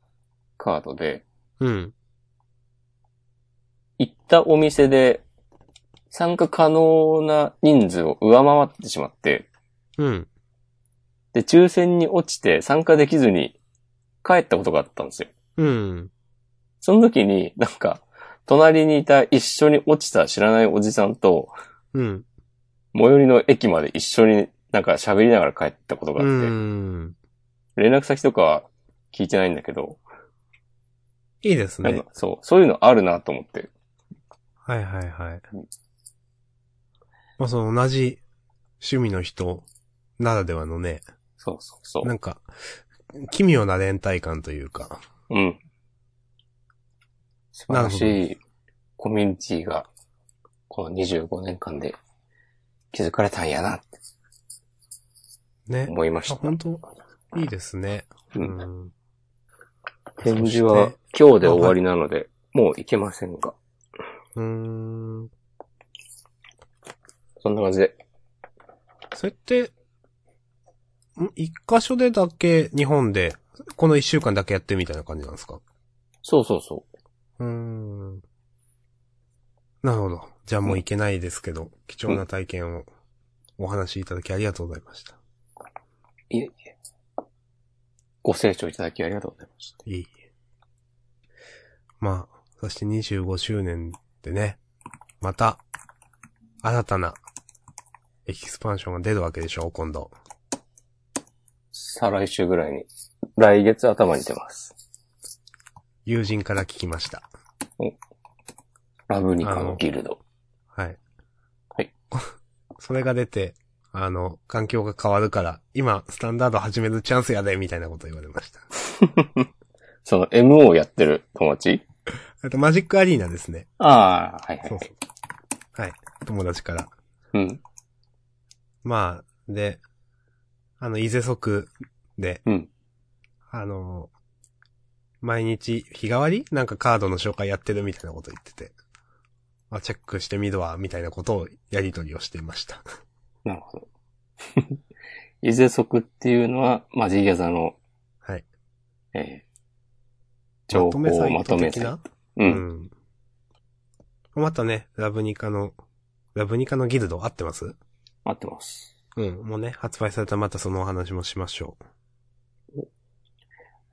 [SPEAKER 2] カードで、
[SPEAKER 1] うん。
[SPEAKER 2] 行ったお店で参加可能な人数を上回ってしまって、
[SPEAKER 1] うん。
[SPEAKER 2] で、抽選に落ちて参加できずに帰ったことがあったんですよ。
[SPEAKER 1] うん。
[SPEAKER 2] その時になんか、隣にいた一緒に落ちた知らないおじさんと、
[SPEAKER 1] うん。
[SPEAKER 2] 最寄りの駅まで一緒になんか喋りながら帰ったことがあ
[SPEAKER 1] う
[SPEAKER 2] って、
[SPEAKER 1] ん。
[SPEAKER 2] 連絡先とかは聞いてないんだけど、
[SPEAKER 1] いいです
[SPEAKER 2] なん
[SPEAKER 1] ね
[SPEAKER 2] か。そう、そういうのあるなと思って。
[SPEAKER 1] はいはいはい
[SPEAKER 2] うん。
[SPEAKER 1] まあ、その同じ趣味の人ならではのね、
[SPEAKER 2] そうそうそ
[SPEAKER 1] なんか、奇妙な連帯感というか。
[SPEAKER 2] う。うん。素晴らしいコミュニティが、この25年間で築かれたんやなって
[SPEAKER 1] ね。
[SPEAKER 2] 思いまし
[SPEAKER 1] あ、
[SPEAKER 2] た。
[SPEAKER 1] 本当いいですね。うん。
[SPEAKER 2] 展示
[SPEAKER 1] そ
[SPEAKER 2] は
[SPEAKER 1] して
[SPEAKER 2] 今日で終わりなので、もう行けませんが。
[SPEAKER 1] うーん。
[SPEAKER 2] そんな感じで。
[SPEAKER 1] それって、ん一箇所でだけ日本で、この一週間だけやってるみたいな感じなんですか
[SPEAKER 2] そうそうそう
[SPEAKER 1] ーん。なるほど。じゃあもういけないですけど、貴重な体験をお話しいただきありがとうございました。
[SPEAKER 2] う。いえいえ。ご清聴いただきありがとうございました。
[SPEAKER 1] いい。まあ、そして25周年でね、また、新たな、エキスパンションが出るわけでしょう、今度。
[SPEAKER 2] 再来週ぐらいに、来月頭に出ます。
[SPEAKER 1] 友人から聞きました。
[SPEAKER 2] ラブニカのギルド。
[SPEAKER 1] はい。
[SPEAKER 2] はい。
[SPEAKER 1] それが出て、あの、環境が変わるから、今、スタンダード始めるチャンスやで、みたいなこと言われました。
[SPEAKER 2] その MO をやってる友達
[SPEAKER 1] あと、マジックアリーナですね。
[SPEAKER 2] ああ、はいはい
[SPEAKER 1] そう。はい。友達から。
[SPEAKER 2] うん。
[SPEAKER 1] まあ、で、あの、伊勢即で、
[SPEAKER 2] うん
[SPEAKER 1] あの、毎日日替わりなんかカードの紹介やってるみたいなこと言ってて、あ、チェックしてみるわ、みたいなことをやりとりをしていました。
[SPEAKER 2] なるほど。 伊勢即っていうのは、マジギャザの、
[SPEAKER 1] はい。
[SPEAKER 2] えー、情報をまとめ
[SPEAKER 1] 的
[SPEAKER 2] て。
[SPEAKER 1] な
[SPEAKER 2] う。
[SPEAKER 1] うんん。またね、ラブニカの、ラブニカのギルド合ってます
[SPEAKER 2] 合ってます。
[SPEAKER 1] うん。もうね、発売されたらまたそのお話もしましょう。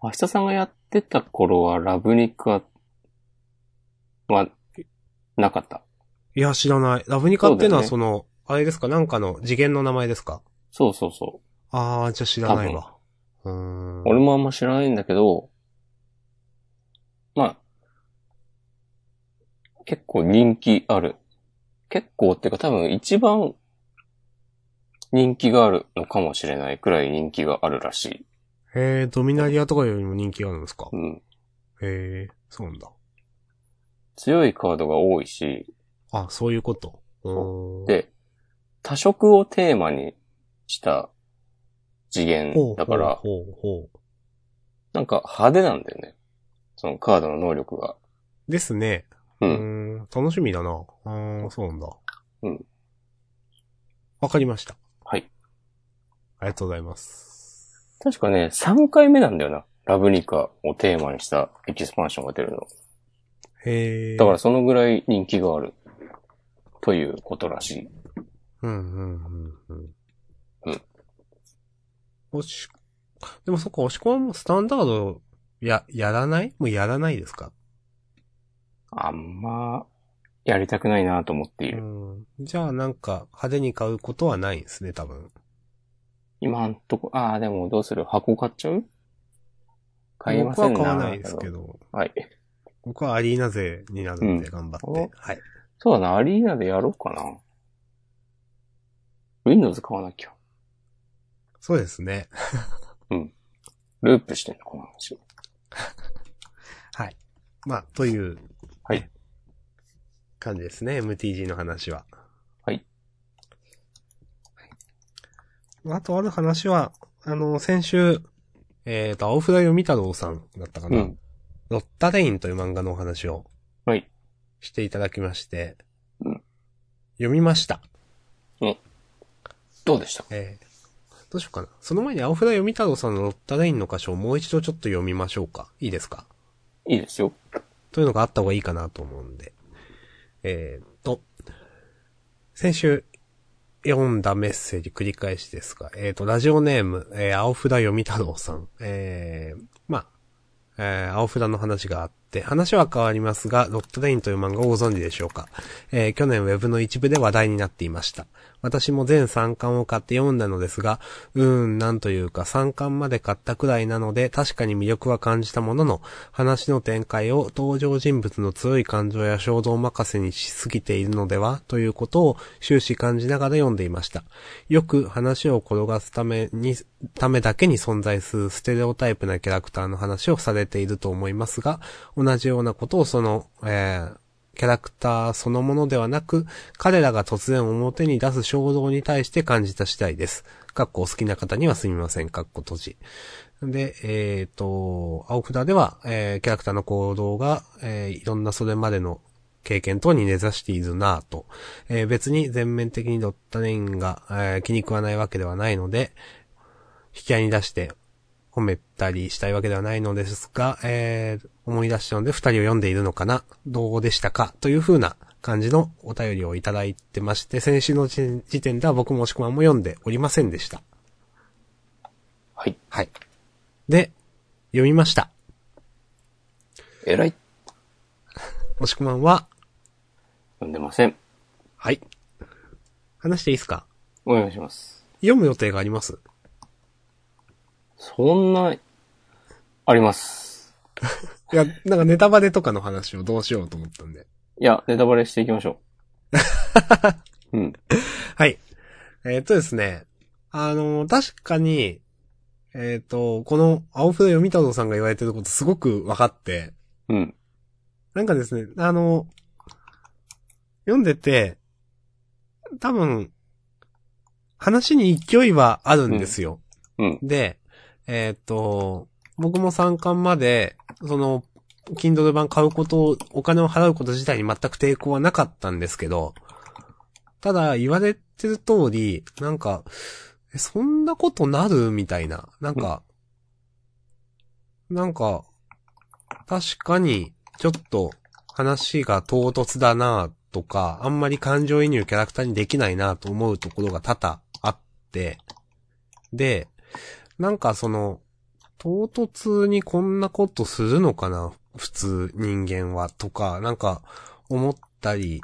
[SPEAKER 2] 明日さんがやってた頃は、ラブニカは、なかった。
[SPEAKER 1] いや、知らない。ラブニカってのは
[SPEAKER 2] そ
[SPEAKER 1] その、あれですかなんかの次元の名前ですか
[SPEAKER 2] そうそうそ
[SPEAKER 1] あー、じゃあ知らないわ。うーん。
[SPEAKER 2] う。俺もあんま知らないんだけど、まあ、結構人気ある。結構っていうか多分一番人気があるのかもしれないくらい人気があるらしい。
[SPEAKER 1] へー、ドミナリアとかよりも人気があるんですか
[SPEAKER 2] うん。
[SPEAKER 1] へー、そうなんだ。
[SPEAKER 2] 強いカードが多いし、
[SPEAKER 1] あ、そういうこと。うーん。
[SPEAKER 2] で、多色をテーマにした次
[SPEAKER 1] ほ
[SPEAKER 2] 元
[SPEAKER 1] う、
[SPEAKER 2] だから、
[SPEAKER 1] ほうほうほ
[SPEAKER 2] なんか派手なんだよね。そのカードの能力が。
[SPEAKER 1] う。ですね。
[SPEAKER 2] う。
[SPEAKER 1] うんーん。楽しみだな。うーん、そうなんだ。
[SPEAKER 2] うん。
[SPEAKER 1] わかりました。
[SPEAKER 2] はい。
[SPEAKER 1] ありがとうございます。
[SPEAKER 2] 確かね、3回目なんだよな。ラブニカをテーマにしたエキスパンションが出るの。
[SPEAKER 1] へー。
[SPEAKER 2] だからそのぐらい人気がある。ということらしい。
[SPEAKER 1] うんうんうんう
[SPEAKER 2] うんん。
[SPEAKER 1] おし、でもそっか、押し込むスタンダード、や、やらないもうやらないですか
[SPEAKER 2] あんま、やりたくないなと思っていうる。
[SPEAKER 1] ん。じゃあなんか、派手に買うことはないんですね、多分。
[SPEAKER 2] 今んとこ、ああ、でもどうする箱買っちゃう買えま
[SPEAKER 1] 僕
[SPEAKER 2] せん
[SPEAKER 1] は
[SPEAKER 2] な
[SPEAKER 1] 買わないですけど、
[SPEAKER 2] はい。
[SPEAKER 1] 僕はアリーナ勢になるんで頑張って。
[SPEAKER 2] お
[SPEAKER 1] はい。
[SPEAKER 2] そうだな、アリーナでやろうかな。Windows 買わなきゃ。
[SPEAKER 1] そうですね。
[SPEAKER 2] ループしてんだ、この話。
[SPEAKER 1] はい。まあ、という、
[SPEAKER 2] はい。
[SPEAKER 1] 感じですね、MTG の話は。
[SPEAKER 2] はい。
[SPEAKER 1] あとある話は、あの、先週、えっ、と、青札読み太郎さんだったか
[SPEAKER 2] う
[SPEAKER 1] な、
[SPEAKER 2] ん。
[SPEAKER 1] ロッタレインという漫画のお話を
[SPEAKER 2] はい。
[SPEAKER 1] していただきまして、
[SPEAKER 2] うん
[SPEAKER 1] 読みました。
[SPEAKER 2] どうでした
[SPEAKER 1] えーどうしようかな。その前に青札読み太郎さんのロッタレインの箇所をもう一度ちょっと読みましょうか。いいですか
[SPEAKER 2] いいですよ。
[SPEAKER 1] というのがあった方がいいかなと思うんで。えーっと、先週読んだメッセージ繰り返しですが、えーっと、ラジオネーム、えー青札読み太郎さん、えー、まあ、えー青札の話があって、話は変わりますが、ロットレインという漫画をご存知でしょうか。えー去年ウェブの一部で話題になっていました。私も全3巻を買って読んだのですが、うーん、なんというか3巻まで買ったくらいなので、確かに魅力は感じたものの、話の展開を登場人物の強い感情や衝動任せにしすぎているのではということを終始感じながら読んでいました。よく話を転がすために、ためだけに存在するステレオタイプなキャラクターの話をされていると思いますが、同じようなことをその、えーキャラクターそのものではなく、彼らが突然表に出す衝動に対して感じた次第です。かっこお好きな方にはすみません。かっこ閉じ。で、えっ、と、青札では、えーキャラクターの行動が、えーいろんなそれまでの経験等に根ざしているなぁと。えー別に全面的にドッタレインが、えー気に食わないわけではないので、引き合いに出して褒めたりしたいわけではないのですが、えー思い出したので二人を読んでいるのかなどうでしたかという風な感じのお便りをいただいてまして、先週の時時点では僕も押し込まんも読んでおりませんでした。
[SPEAKER 2] はい。
[SPEAKER 1] はい。で、読みました。
[SPEAKER 2] えらい。
[SPEAKER 1] もしくまんは、
[SPEAKER 2] 読んでません。
[SPEAKER 1] はい。話していいですか
[SPEAKER 2] お願いします。
[SPEAKER 1] 読む予定があります
[SPEAKER 2] そんな、あります。
[SPEAKER 1] いや、なんかネタバレとかの話をどうしようと思ったんで。
[SPEAKER 2] いや、ネタバレしていきましょ う。うん。
[SPEAKER 1] はい。えーっとですね。あのー確かに、えっ、と、この青筆読み太郎さんが言われてることすごく分かって、
[SPEAKER 2] うん。
[SPEAKER 1] なんかですね、あの、読んでて、多分、話に勢いはあるんですよ。
[SPEAKER 2] うん
[SPEAKER 1] で、えーっと、僕も3巻まで、その、Kindle 版買うこと、お金を払うこと自体に全く抵抗はなかったんですけど、ただ言われてる通り、なんか、えそんなことなるみたいな。なんか、なんか、確かに、ちょっと話が唐突だなとか、あんまり感情移入キャラクターにできないなと思うところが多々あって、で、なんかその、唐突にこんなことするのかな普通人間はとか、なんか思ったり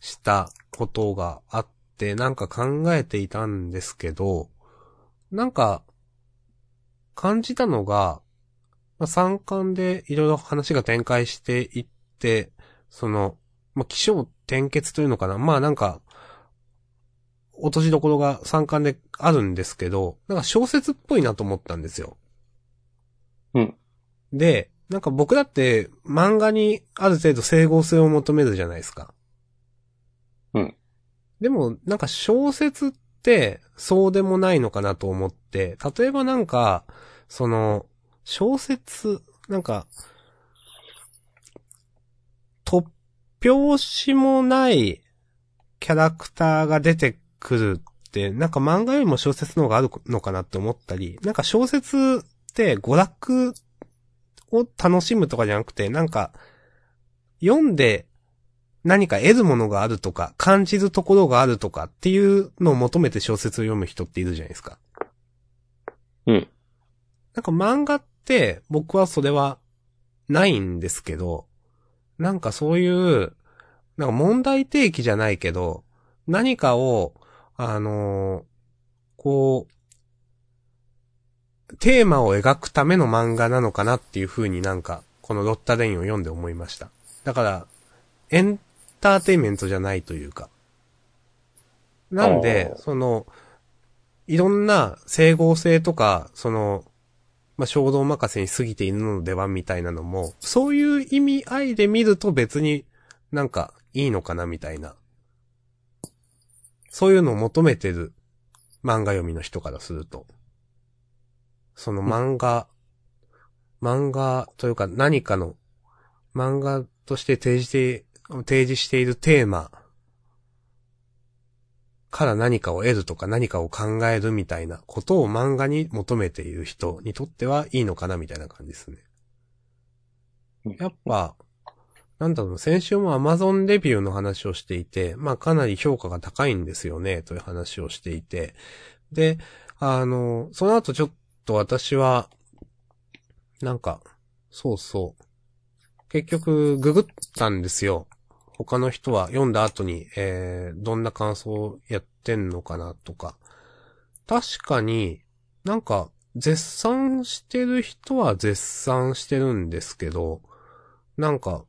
[SPEAKER 1] したことがあって、なんか考えていたんですけど、なんか、感じたのが、まあ、三巻でいろいろ話が展開していって、その、まあ、気象転結というのかなまあなんか、落としどころが三巻であるんですけど、なんか小説っぽいなと思ったんですよ。
[SPEAKER 2] うん。
[SPEAKER 1] で、なんか僕だって漫画にある程度整合性を求めるじゃないですか。
[SPEAKER 2] うん。
[SPEAKER 1] でも、なんか小説ってそうでもないのかなと思って、例えばなんか、その、小説、なんか、突拍子もないキャラクターが出てくるって、なんか漫画よりも小説の方があるのかなって思ったり、なんか小説って娯楽を楽しむとかじゃなくて、なんか、読んで何か得るものがあるとか、感じるところがあるとかっていうのを求めて小説を読む人っているじゃないですか。
[SPEAKER 2] うん。
[SPEAKER 1] なんか漫画って僕はそれはないんですけど、なんかそういう、なんか問題提起じゃないけど、何かを、あのーこう、テーマを描くための漫画なのかなっていう風になんか、このロッタレインを読んで思いました。だから、エンターテインメントじゃないというか。なんで
[SPEAKER 2] あ、ー
[SPEAKER 1] その、いろんな整合性とか、その、まあ、衝動任せに過ぎているのではみたいなのも、そういう意味合いで見ると別になんかいいのかなみたいな。そういうのを求めてる漫画読みの人からすると。その漫画、漫画というか何かの漫画として提示て、提示しているテーマから何かを得るとか何かを考えるみたいなことを漫画に求めている人にとってはいいのかなみたいな感じですね。やっぱ、なんだろう、先週も Amazon レビューの話をしていて、まあかなり評価が高いんですよね、という話をしていて。で、あの、その後ちょっと私は、なんか、そうそう。結局、ググったんですよ。他の人は読んだ後に、えー、どんな感想をやってんのかなとか。確かに、なんか、絶賛してる人は絶賛してるんですけど、なんか、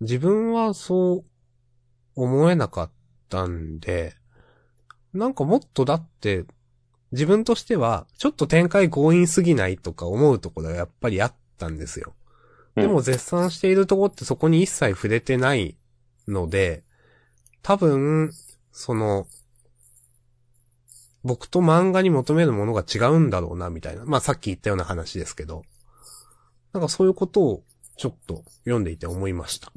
[SPEAKER 1] 自分はそう思えなかったんで、なんかもっとだって、自分としては、ちょっと展開強引すぎないとか思うところがやっぱりあったんですよ。でも絶賛しているとこってそこに一切触れてないので、多分、その、僕と漫画に求めるものが違うんだろうな、みたいな。まあさっき言ったような話ですけど。なんかそういうことをちょっと読んでいて思いました。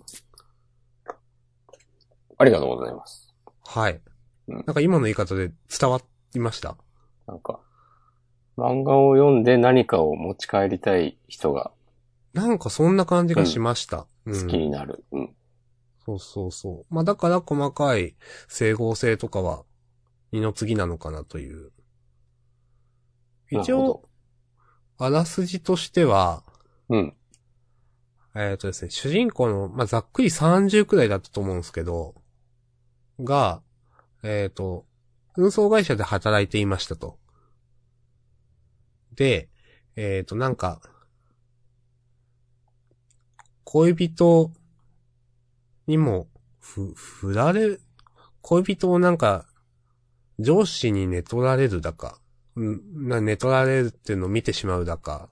[SPEAKER 2] ありがとうございます。
[SPEAKER 1] はい。
[SPEAKER 2] うん
[SPEAKER 1] なんか今の言い方で伝わりました
[SPEAKER 2] なんか、漫画を読んで何かを持ち帰りたい人が
[SPEAKER 1] なんかそんな感じがしました。うん
[SPEAKER 2] 好きになる。うん。
[SPEAKER 1] そうそうそう。まあだから細かい整合性とかは二の次なのかなという。
[SPEAKER 2] な
[SPEAKER 1] 一
[SPEAKER 2] るほ
[SPEAKER 1] 応、あらすじとしては、
[SPEAKER 2] ど。うん。
[SPEAKER 1] えっ、とですね、主人公の、まあ、ざっくり30くらいだったと思うんですけど、が、えっ、と、運送会社で働いていましたと。で、えっ、と、なんか、恋人にも、ふ、振られ、恋人をなんか、上司に寝取られるだか、うんな寝取られるっていうのを見てしまうだか、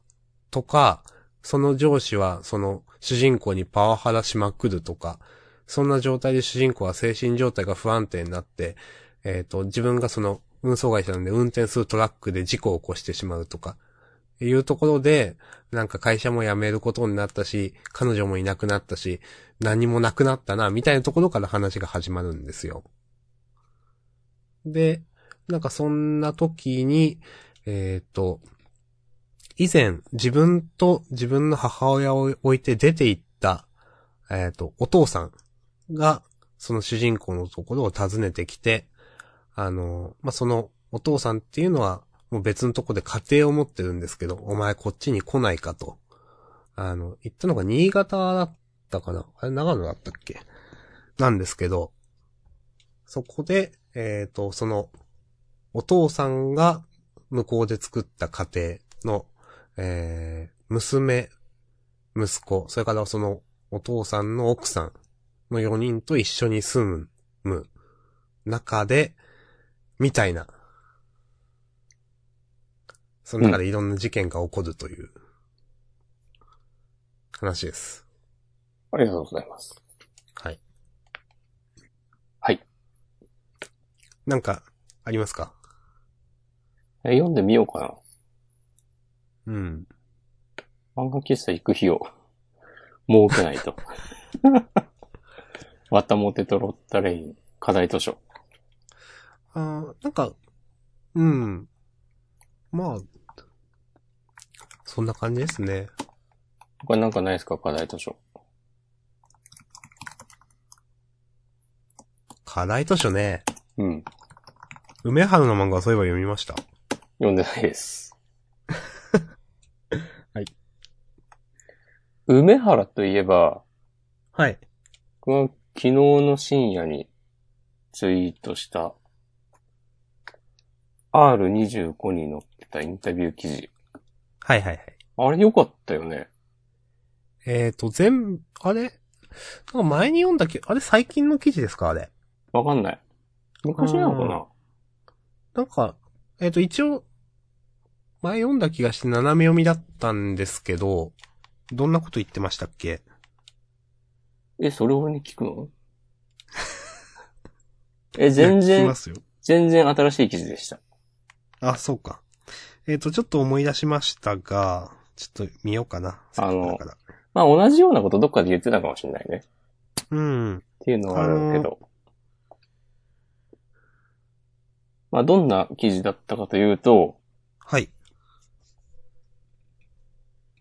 [SPEAKER 1] とか、その上司は、その、主人公にパワハラしまくるとか、そんな状態で主人公は精神状態が不安定になって、えっ、と、自分がその、運送会社なんで運転するトラックで事故を起こしてしまうとか、いうところで、なんか会社も辞めることになったし、彼女もいなくなったし、何もなくなったな、みたいなところから話が始まるんですよ。で、なんかそんな時に、えっ、と、以前、自分と自分の母親を置いて出て行った、えっ、と、お父さんが、その主人公のところを訪ねてきて、あの、まあ、そのお父さんっていうのは、もう別のとこで家庭を持ってるんですけど、お前こっちに来ないかと。あの、行ったのが新潟だったかなあれ長野だったっけなんですけど、そこで、えっ、と、その、お父さんが向こうで作った家庭の、えー、娘、息子、それからそのお父さんの奥さんの4人と一緒に住む中で、みたいな。その中でいろんな事件が起こるという話です。
[SPEAKER 2] ありがとうございます。
[SPEAKER 1] はい。
[SPEAKER 2] はい。
[SPEAKER 1] なんか、ありますか
[SPEAKER 2] え読んでみようかな。
[SPEAKER 1] うん。
[SPEAKER 2] 漫画喫茶行く日を設けない と。わたもてとロッタレイン、課題図書。
[SPEAKER 1] あーなんか、うん。まあ、そんな感じですね。
[SPEAKER 2] 他なんかないですか課題図書。
[SPEAKER 1] 課題図書ね。
[SPEAKER 2] うん。
[SPEAKER 1] 梅原の漫画はそういえば読みました。
[SPEAKER 2] 読んでないです。
[SPEAKER 1] はい。
[SPEAKER 2] 梅原といえば、
[SPEAKER 1] はい。
[SPEAKER 2] 僕は昨日の深夜にツイートした R25 に載ってたインタビュー記事。
[SPEAKER 1] はいはいはい。
[SPEAKER 2] あれ良かったよね。
[SPEAKER 1] えーと、全、あれなんか前に読んだけ、あれ最近の記事ですかあれ。
[SPEAKER 2] わかんない。昔なのかな
[SPEAKER 1] なんか、えっ、と、一応、前読んだ気がして斜め読みだったんですけど、どんなこと言ってましたっけ
[SPEAKER 2] え、それ俺に聞くの え、全
[SPEAKER 1] いや聞き
[SPEAKER 2] 然
[SPEAKER 1] ま、すよ。
[SPEAKER 2] 全然新しい記事でした。
[SPEAKER 1] あ、そうか。えっ、と、ちょっと思い出しましたが、ちょっと見ようかな。
[SPEAKER 2] あの
[SPEAKER 1] せっかくだから
[SPEAKER 2] まあ同じようなことどっかで言ってたかもしれないね。
[SPEAKER 1] うん。
[SPEAKER 2] っていうのはあるけど。まあどんな記事だったかというと、
[SPEAKER 1] はい。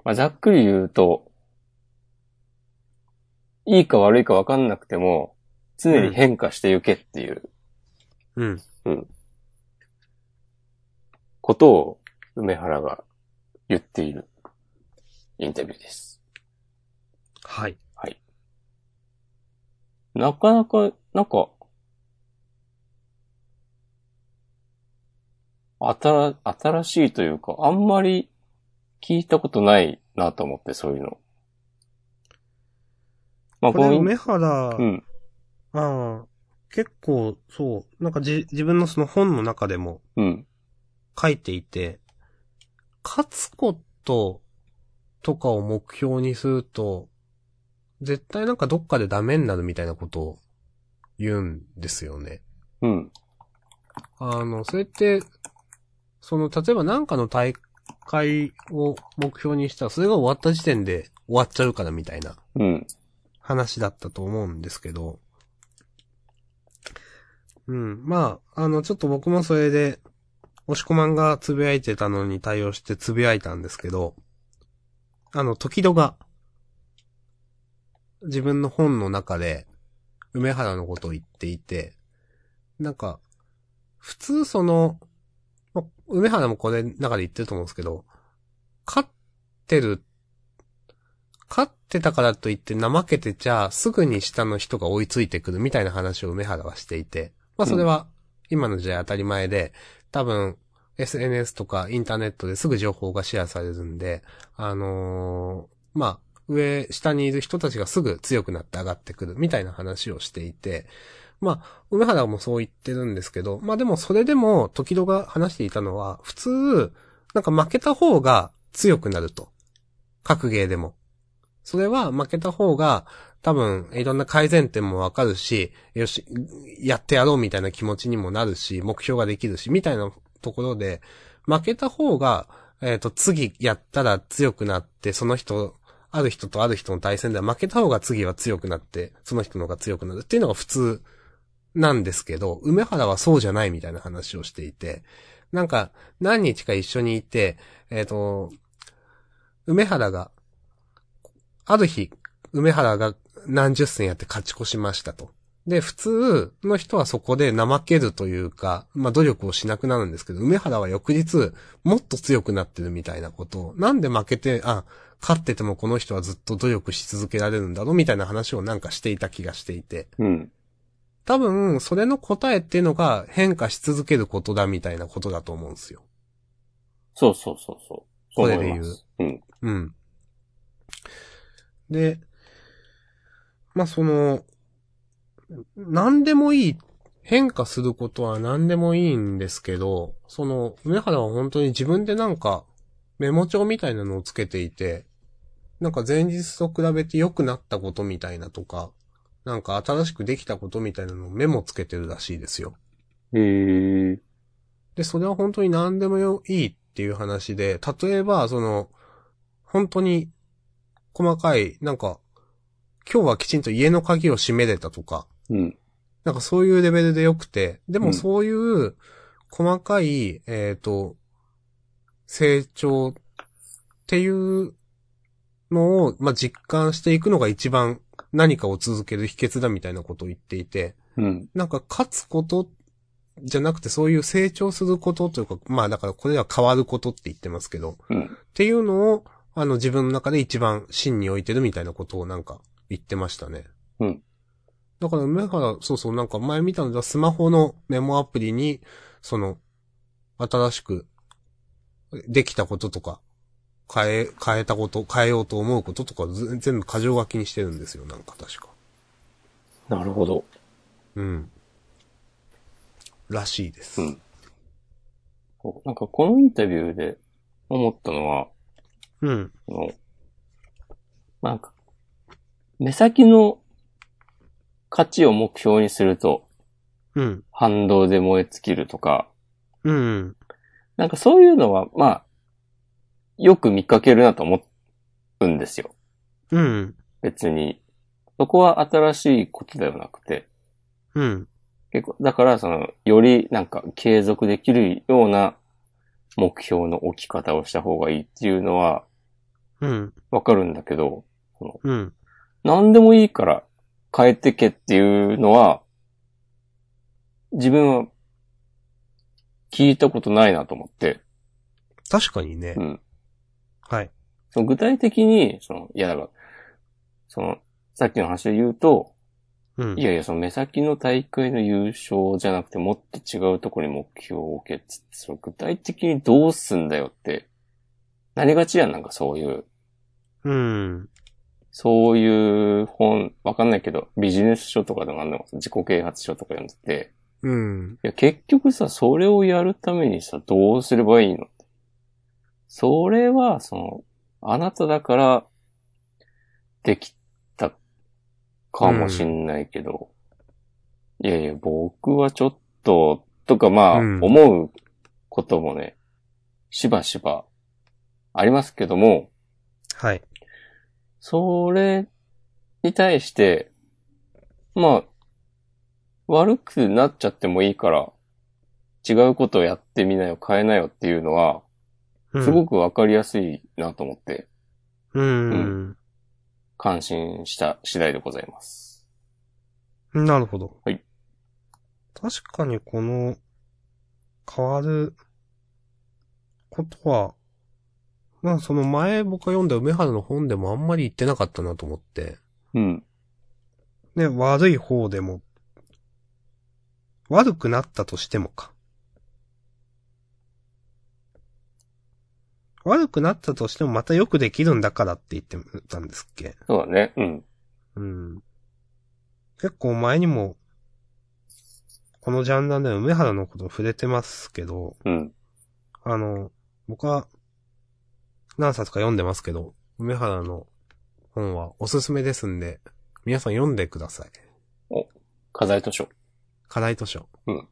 [SPEAKER 2] まあ、ざっくり言うと、いいか悪いかわかんなくても、常に変化してゆけっていう
[SPEAKER 1] うん。
[SPEAKER 2] ことを梅原が言っているインタビューです。
[SPEAKER 1] はい。
[SPEAKER 2] なかなか、なんか、新、新しいというか、あんまり聞いたことないなと思って、そういうの。まあ、
[SPEAKER 1] これ、
[SPEAKER 2] の
[SPEAKER 1] 梅原、
[SPEAKER 2] うん。
[SPEAKER 1] ああ、結構、そう、なんかじ、自分のその本の中でも
[SPEAKER 2] うん。
[SPEAKER 1] 書いていて、勝つこととかを目標にすると、絶対なんかどっかでダメになるみたいなことを言うんですよね。
[SPEAKER 2] うん。
[SPEAKER 1] あの、それって、その、例えばなんかの大会を目標にしたら、それが終わった時点で終わっちゃうからみたいな。
[SPEAKER 2] うん。
[SPEAKER 1] 話だったと思うんですけど。うん。まあ、あの、ちょっと僕もそれで、押し込まんがつぶやいてたのに対応してつぶやいたんですけど、あの、時戸が、自分の本の中で、梅原のことを言っていて、なんか、普通その、まあ梅原もこれの中で言ってると思うんですけど、勝ってる勝ってたからといって怠けてちゃ、すぐに下の人が追いついてくるみたいな話を梅原はしていて、まあそれは今の時代当たり前で、多分 SNS とかインターネットですぐ情報がシェアされるんで、あのーまあ、上、下にいる人たちがすぐ強くなって上がってくるみたいな話をしていて、まあ、梅原もそう言ってるんですけど、まあでもそれでも、時戸が話していたのは、普通、なんか負けた方が強くなると。格ゲーでも。それは負けた方が、多分、いろんな改善点もわかるし、よし、やってやろうみたいな気持ちにもなるし、目標ができるし、みたいなところで、負けた方が、えっ、と、次やったら強くなって、その人、ある人とある人の対戦では負けた方が次は強くなって、その人の方が強くなるっていうのが普通なんですけど、梅原はそうじゃないみたいな話をしていて、なんか、何日か一緒にいて、えっ、と、梅原が、ある日、梅原が何十戦やって勝ち越しましたと。で、普通の人はそこで怠けるというか、まあ努力をしなくなるんですけど、梅原は翌日、もっと強くなってるみたいなことを、なんで負けて、あ、勝っててもこの人はずっと努力し続けられるんだろうみたいな話をなんかしていた気がしていて、
[SPEAKER 2] うん。
[SPEAKER 1] 多分、それの答えっていうのが変化し続けることだみたいなことだと思うんですよ。
[SPEAKER 2] そうそうそうそう。そう思い
[SPEAKER 1] これで
[SPEAKER 2] ま
[SPEAKER 1] 言う
[SPEAKER 2] す。うん。
[SPEAKER 1] うん。で、まあ、その、何でもいい、変化することは何でもいいんですけど、その、梅原は本当に自分でなんか、メモ帳みたいなのをつけていて、なんか前日と比べて良くなったことみたいなとか、なんか新しくできたことみたいなのをメモつけてるらしいですよ。
[SPEAKER 2] へえ。
[SPEAKER 1] で、それは本当に何でもよいいっていう話で、例えば、その、本当に、細かい、なんか、今日はきちんと家の鍵を閉めれたとか、
[SPEAKER 2] うん。
[SPEAKER 1] なんかそういうレベルでよくて、で
[SPEAKER 2] う
[SPEAKER 1] も
[SPEAKER 2] ん
[SPEAKER 1] そういう、細かい、えっ、と、成長っていうのを、まあ、実感していくのが一番何かを続ける秘訣だみたいなことを言っていて、
[SPEAKER 2] うん。
[SPEAKER 1] なんか勝つことじゃなくてそういう成長することというか、まあだからこれは変わることって言ってますけど、
[SPEAKER 2] うん
[SPEAKER 1] っていうのを、あの自分の中で一番芯に置いてるみたいなことをなんか言ってましたね。
[SPEAKER 2] うん。
[SPEAKER 1] だから梅原、そうそう、なんか前見たのではスマホのメモアプリに、その、新しく、できたこととか、変え、変えたこと、変えようと思うこととかず全部過剰書きにしてるんですよ、なんか確か。
[SPEAKER 2] なるほど。
[SPEAKER 1] うん。らしいです。
[SPEAKER 2] うんそうなんかこのインタビューで思ったのは、
[SPEAKER 1] うん。
[SPEAKER 2] あのなんか、目先の価値を目標にすると
[SPEAKER 1] うん。
[SPEAKER 2] 反動で燃え尽きるとか、
[SPEAKER 1] うん。
[SPEAKER 2] なんかそういうのは、まあ、よく見かけるなと思うんですよ。
[SPEAKER 1] うん。
[SPEAKER 2] 別に。そこは新しいことではなくて。
[SPEAKER 1] うん。
[SPEAKER 2] 結構、だからその、よりなんか継続できるような目標の置き方をした方がいいっていうのは
[SPEAKER 1] うん。
[SPEAKER 2] わかるんだけど、
[SPEAKER 1] うん。
[SPEAKER 2] 何でもいいから変えてけっていうのは、自分は聞いたことないなと思って。
[SPEAKER 1] 確かにね
[SPEAKER 2] う。ん。
[SPEAKER 1] はい。
[SPEAKER 2] その具体的に、その、いやだから、その、さっきの話で言うと、
[SPEAKER 1] うん
[SPEAKER 2] い。やいや、その目先の大会の優勝じゃなくて、もっと違うところに目標を置けっつって、その具体的にどうすんだよって、なりがちやん、なんかそういう、
[SPEAKER 1] うん。
[SPEAKER 2] そういう本、わかんないけど、ビジネス書とかでもあんのか自己啓発書とか読んでて、
[SPEAKER 1] うん。
[SPEAKER 2] いや、結局さ、それをやるためにさ、どうすればいいのそれは、その、あなただから、できたかもしんないけど、いやいや、僕はちょっと、とか、まあ、
[SPEAKER 1] うん
[SPEAKER 2] 思うこともね、しばしばありますけども、
[SPEAKER 1] はい。
[SPEAKER 2] それに対して、まあ、悪くなっちゃってもいいから、違うことをやってみなよ、変えなよっていうのは、すご
[SPEAKER 1] く。
[SPEAKER 2] くわかりやすいなと思って、
[SPEAKER 1] うん。
[SPEAKER 2] 感心した次第でございます。
[SPEAKER 1] なるほど。
[SPEAKER 2] はい。
[SPEAKER 1] 確かにこの、変わる、ことは、まあその前僕が読んだ梅原の本でもあんまり言ってなかったなと思って。
[SPEAKER 2] うん。
[SPEAKER 1] ね、悪い方でも、悪くなったとしてもか。悪くなったとしてもまたよくできるんだからって言ってたんですっけ
[SPEAKER 2] そうだね。うん。
[SPEAKER 1] うん。結構前にもこのジャンダンでは梅原のこと触れてますけど、
[SPEAKER 2] うん。
[SPEAKER 1] あの、僕は、何冊か読んでますけど、梅原の本はおすすめですんで、皆さん読んでください。
[SPEAKER 2] 飾り図書。
[SPEAKER 1] 課題図書。
[SPEAKER 2] うん。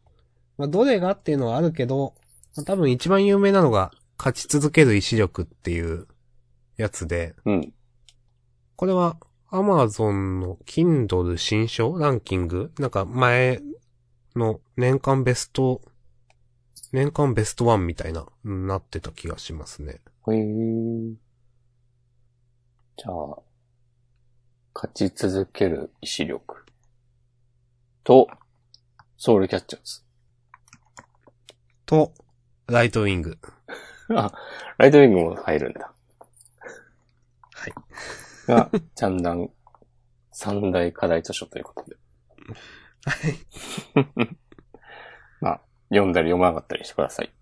[SPEAKER 1] まあ、どれがっていうのはあるけど、まあ多分一番有名なのが、勝ち続ける意志力っていうやつで、
[SPEAKER 2] うん。
[SPEAKER 1] これは Amazon の Kindle 新書ランキングなんか前の年間ベスト、年間ベストワンみたいな、うんなってた気がしますね。
[SPEAKER 2] へえ。じゃあ、勝ち続ける意志力。と、ソウルキャッチャーズ。
[SPEAKER 1] と、ライトウィング。
[SPEAKER 2] あ、ライトウィングも入るんだ。
[SPEAKER 1] はい。
[SPEAKER 2] が、ジャンダン三大課題図書ということで。
[SPEAKER 1] はい。
[SPEAKER 2] まあ、読んだり読まなかったりしてください。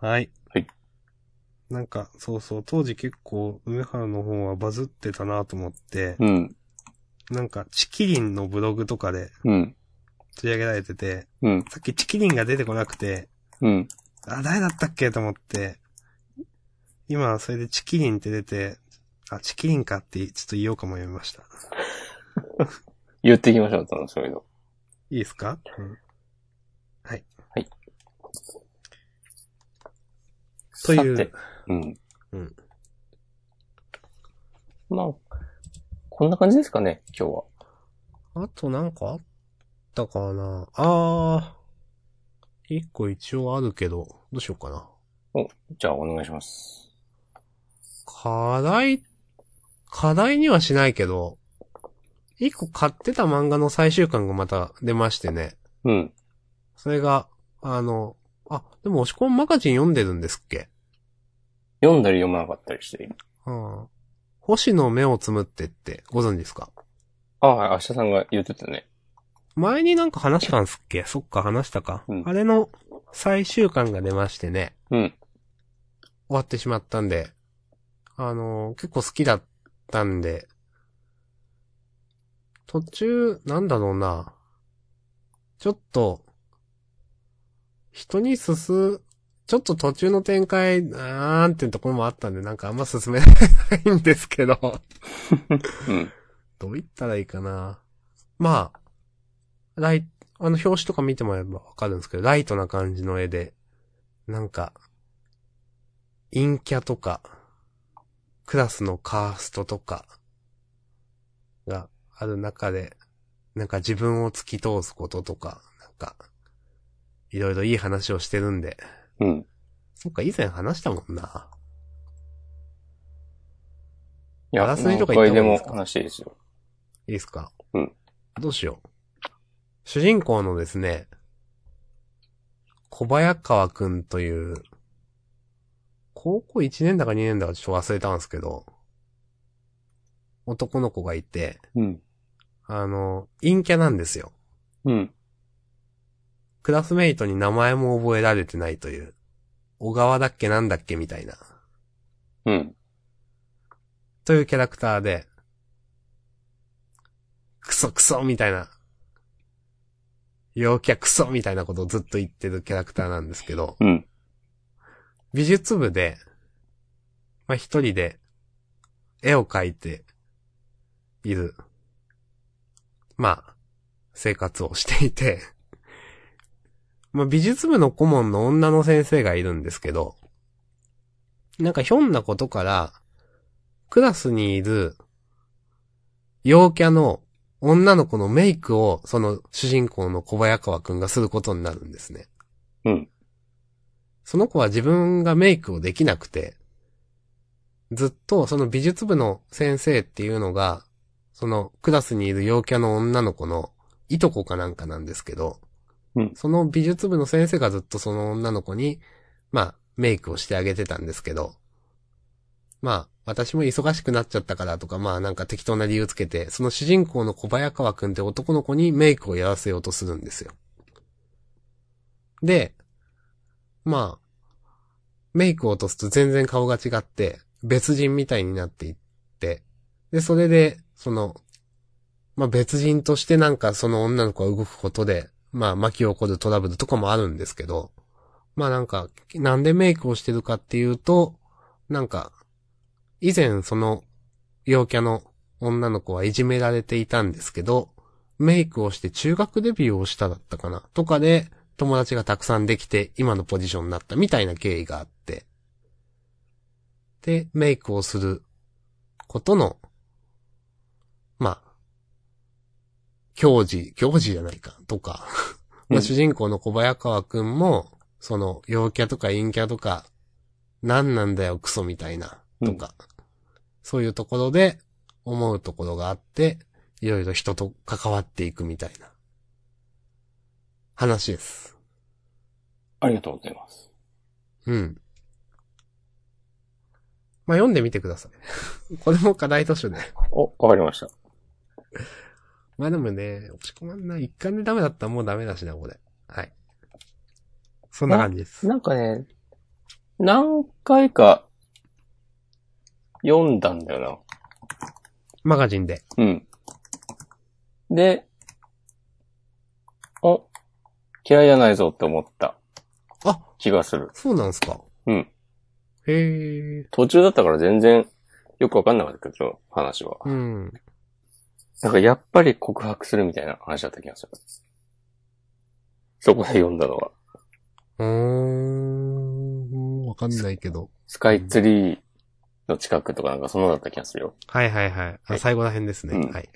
[SPEAKER 1] はい。
[SPEAKER 2] はい。
[SPEAKER 1] なんか、そうそう、当時結構、梅原の方はバズってたなと思って、
[SPEAKER 2] うん。
[SPEAKER 1] なんか、チキリンのブログとかで
[SPEAKER 2] うん。
[SPEAKER 1] 取り上げられてて、
[SPEAKER 2] うん。
[SPEAKER 1] さっきチキリンが出てこなくて、
[SPEAKER 2] うん。
[SPEAKER 1] あ、誰だったっけと思って、今、それでチキリンって出て、あ、チキリンかって、ちょっと言おうかも読みました。
[SPEAKER 2] 言っていきましょう、楽しみの。
[SPEAKER 1] いいですか、うん、はい。
[SPEAKER 2] はい。
[SPEAKER 1] とい
[SPEAKER 2] さて
[SPEAKER 1] う、
[SPEAKER 2] うん。
[SPEAKER 1] うん。
[SPEAKER 2] まあ、こんな感じですかね、今日は。
[SPEAKER 1] あとなんかあったかなあー。一個一応あるけど、どうしようかな。
[SPEAKER 2] じゃあ、お願いします。
[SPEAKER 1] 課題、課題にはしないけど、一個買ってた漫画の最終巻がまた出ましてね。
[SPEAKER 2] うん。
[SPEAKER 1] それが、あの、あ、でも押し込みマガジン読んでるんですっけ
[SPEAKER 2] 読んだり読まなかったりして。
[SPEAKER 1] うん。星の目をつむってってご存知ですか
[SPEAKER 2] ああ、明日さんが言ってたね。
[SPEAKER 1] 前になんか話したんすっけそっか話したか、
[SPEAKER 2] うん
[SPEAKER 1] あれの最終巻が出ましてね。
[SPEAKER 2] うん。
[SPEAKER 1] 終わってしまったんで、あのー結構好きだったんで、途中、なんだろうな、ちょっと、人に進む、ちょっと途中の展開、あーんっていうところもあったんで、なんかあんま進めないんですけど、
[SPEAKER 2] うん。
[SPEAKER 1] どう言ったらいいかな。まあ、ライ、あの表紙とか見てもらえばわかるんですけど、ライトな感じの絵で、なんか、陰キャとか、クラスのカーストとか、がある中で、なんか自分を突き通すこととか、なんか、いろいろいい話をしてるんで、
[SPEAKER 2] うん。
[SPEAKER 1] そっか、以前話したもんな。
[SPEAKER 2] い
[SPEAKER 1] あ
[SPEAKER 2] や、
[SPEAKER 1] らすじとか言
[SPEAKER 2] 何
[SPEAKER 1] った方がいい
[SPEAKER 2] 回で
[SPEAKER 1] で
[SPEAKER 2] も
[SPEAKER 1] すか
[SPEAKER 2] 話していいですよ。
[SPEAKER 1] いいですか
[SPEAKER 2] うん。
[SPEAKER 1] どうしよう。主人公のですね、小早川くんという、高校1年だか2年だかちょっと忘れたんですけど、男の子がいて、
[SPEAKER 2] うん。
[SPEAKER 1] あの、陰キャなんですよ。
[SPEAKER 2] うん。
[SPEAKER 1] クラスメイトに名前も覚えられてないという、小川だっけなんだっけみたいな。
[SPEAKER 2] うん。
[SPEAKER 1] というキャラクターで、クソクソみたいな、陽キャクソみたいなことをずっと言ってるキャラクターなんですけど、
[SPEAKER 2] うん。
[SPEAKER 1] 美術部で、まあ、一人で、絵を描いて、いる、まあ、生活をしていて、まあ、美術部の顧問の女の先生がいるんですけど、なんかひょんなことから、クラスにいる、陽キャの女の子のメイクを、その主人公の小早川くんがすることになるんですね。
[SPEAKER 2] うん。
[SPEAKER 1] その子は自分がメイクをできなくて、ずっとその美術部の先生っていうのが、そのクラスにいる陽キャの女の子のいとこかなんかなんですけど、
[SPEAKER 2] うん
[SPEAKER 1] その美術部の先生がずっとその女の子に、まあ、メイクをしてあげてたんですけど、まあ、私も忙しくなっちゃったからとか、まあなんか適当な理由つけて、その主人公の小早川くんって男の子にメイクをやらせようとするんですよ。で、まあ、メイクを落とすと全然顔が違って、別人みたいになっていって、で、それで、その、まあ別人としてなんかその女の子は動くことで、まあ、巻き起こるトラブルとかもあるんですけど、まあなんか、なんでメイクをしてるかっていうと、なんか、以前その、陽キャの女の子はいじめられていたんですけど、メイクをして中学デビューをしただったかな、とかで、友達がたくさんできて、今のポジションになったみたいな経緯があって、で、メイクをすることの、まあ、教示、教示じゃないか、とか、まあ
[SPEAKER 2] うん
[SPEAKER 1] 主人公の小早川くんも、その、陽キャとか陰キャとか、何なんだよ、クソみたいな、とか、そういうところで、思うところがあって、いろいろ人と関わっていくみたいな、話です。
[SPEAKER 2] ありがとうございます。
[SPEAKER 1] うん。まあ、読んでみてください。 これも課題図書で。
[SPEAKER 2] お、わかりました。
[SPEAKER 1] まあでもね、落ち込まんない。一巻でダメだったらもうダメだしな、これ。はい。そんな感じです。
[SPEAKER 2] なんかね、何回か読んだんだよ
[SPEAKER 1] マガジンで。
[SPEAKER 2] な。うん。で、お、嫌いじゃないぞって思った
[SPEAKER 1] あ、
[SPEAKER 2] 気がする。
[SPEAKER 1] そうなんすか。
[SPEAKER 2] うん。
[SPEAKER 1] へえ。
[SPEAKER 2] 途中だったから全然よくわかんなかったけど、話は。
[SPEAKER 1] うん。
[SPEAKER 2] なんかやっぱり告白するみたいな話だった気がする。そこで読んだのは。
[SPEAKER 1] うーん。わかんないけど。
[SPEAKER 2] スカイツリーの近くとかなんかそんなのだった気がするよ。
[SPEAKER 1] はいはいはい。
[SPEAKER 2] は
[SPEAKER 1] あ
[SPEAKER 2] い
[SPEAKER 1] 最後ら辺ですね。
[SPEAKER 2] うん
[SPEAKER 1] はい。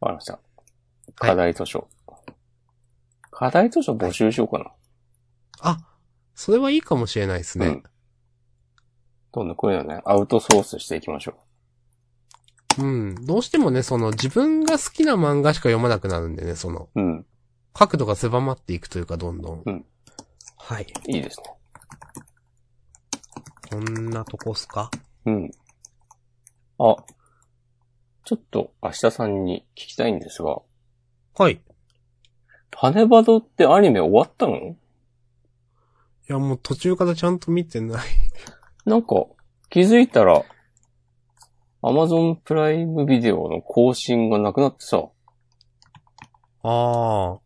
[SPEAKER 2] わかりました。課題図書。課題図書募集しようかな。
[SPEAKER 1] あ、それはいいかもしれないですね。
[SPEAKER 2] うんどんどんこういうのね、アウトソースしていきましょ
[SPEAKER 1] うん。どうしてもね、その自分が好きな漫画しか読まなくなるんでね、その、
[SPEAKER 2] う。うん。
[SPEAKER 1] 角度が狭まっていくというか、どんどん。
[SPEAKER 2] うん
[SPEAKER 1] はい。
[SPEAKER 2] いいですね。
[SPEAKER 1] こんなとこっすか
[SPEAKER 2] うん。あ、ちょっと明日さんに聞きたいんですが、
[SPEAKER 1] はい。い
[SPEAKER 2] パネバドってアニメ終わったの
[SPEAKER 1] や、もう途中からちゃんと見てない。
[SPEAKER 2] なんか、気づいたら、アマゾンプライムビデオの更新がなくなってさ、
[SPEAKER 1] ああ。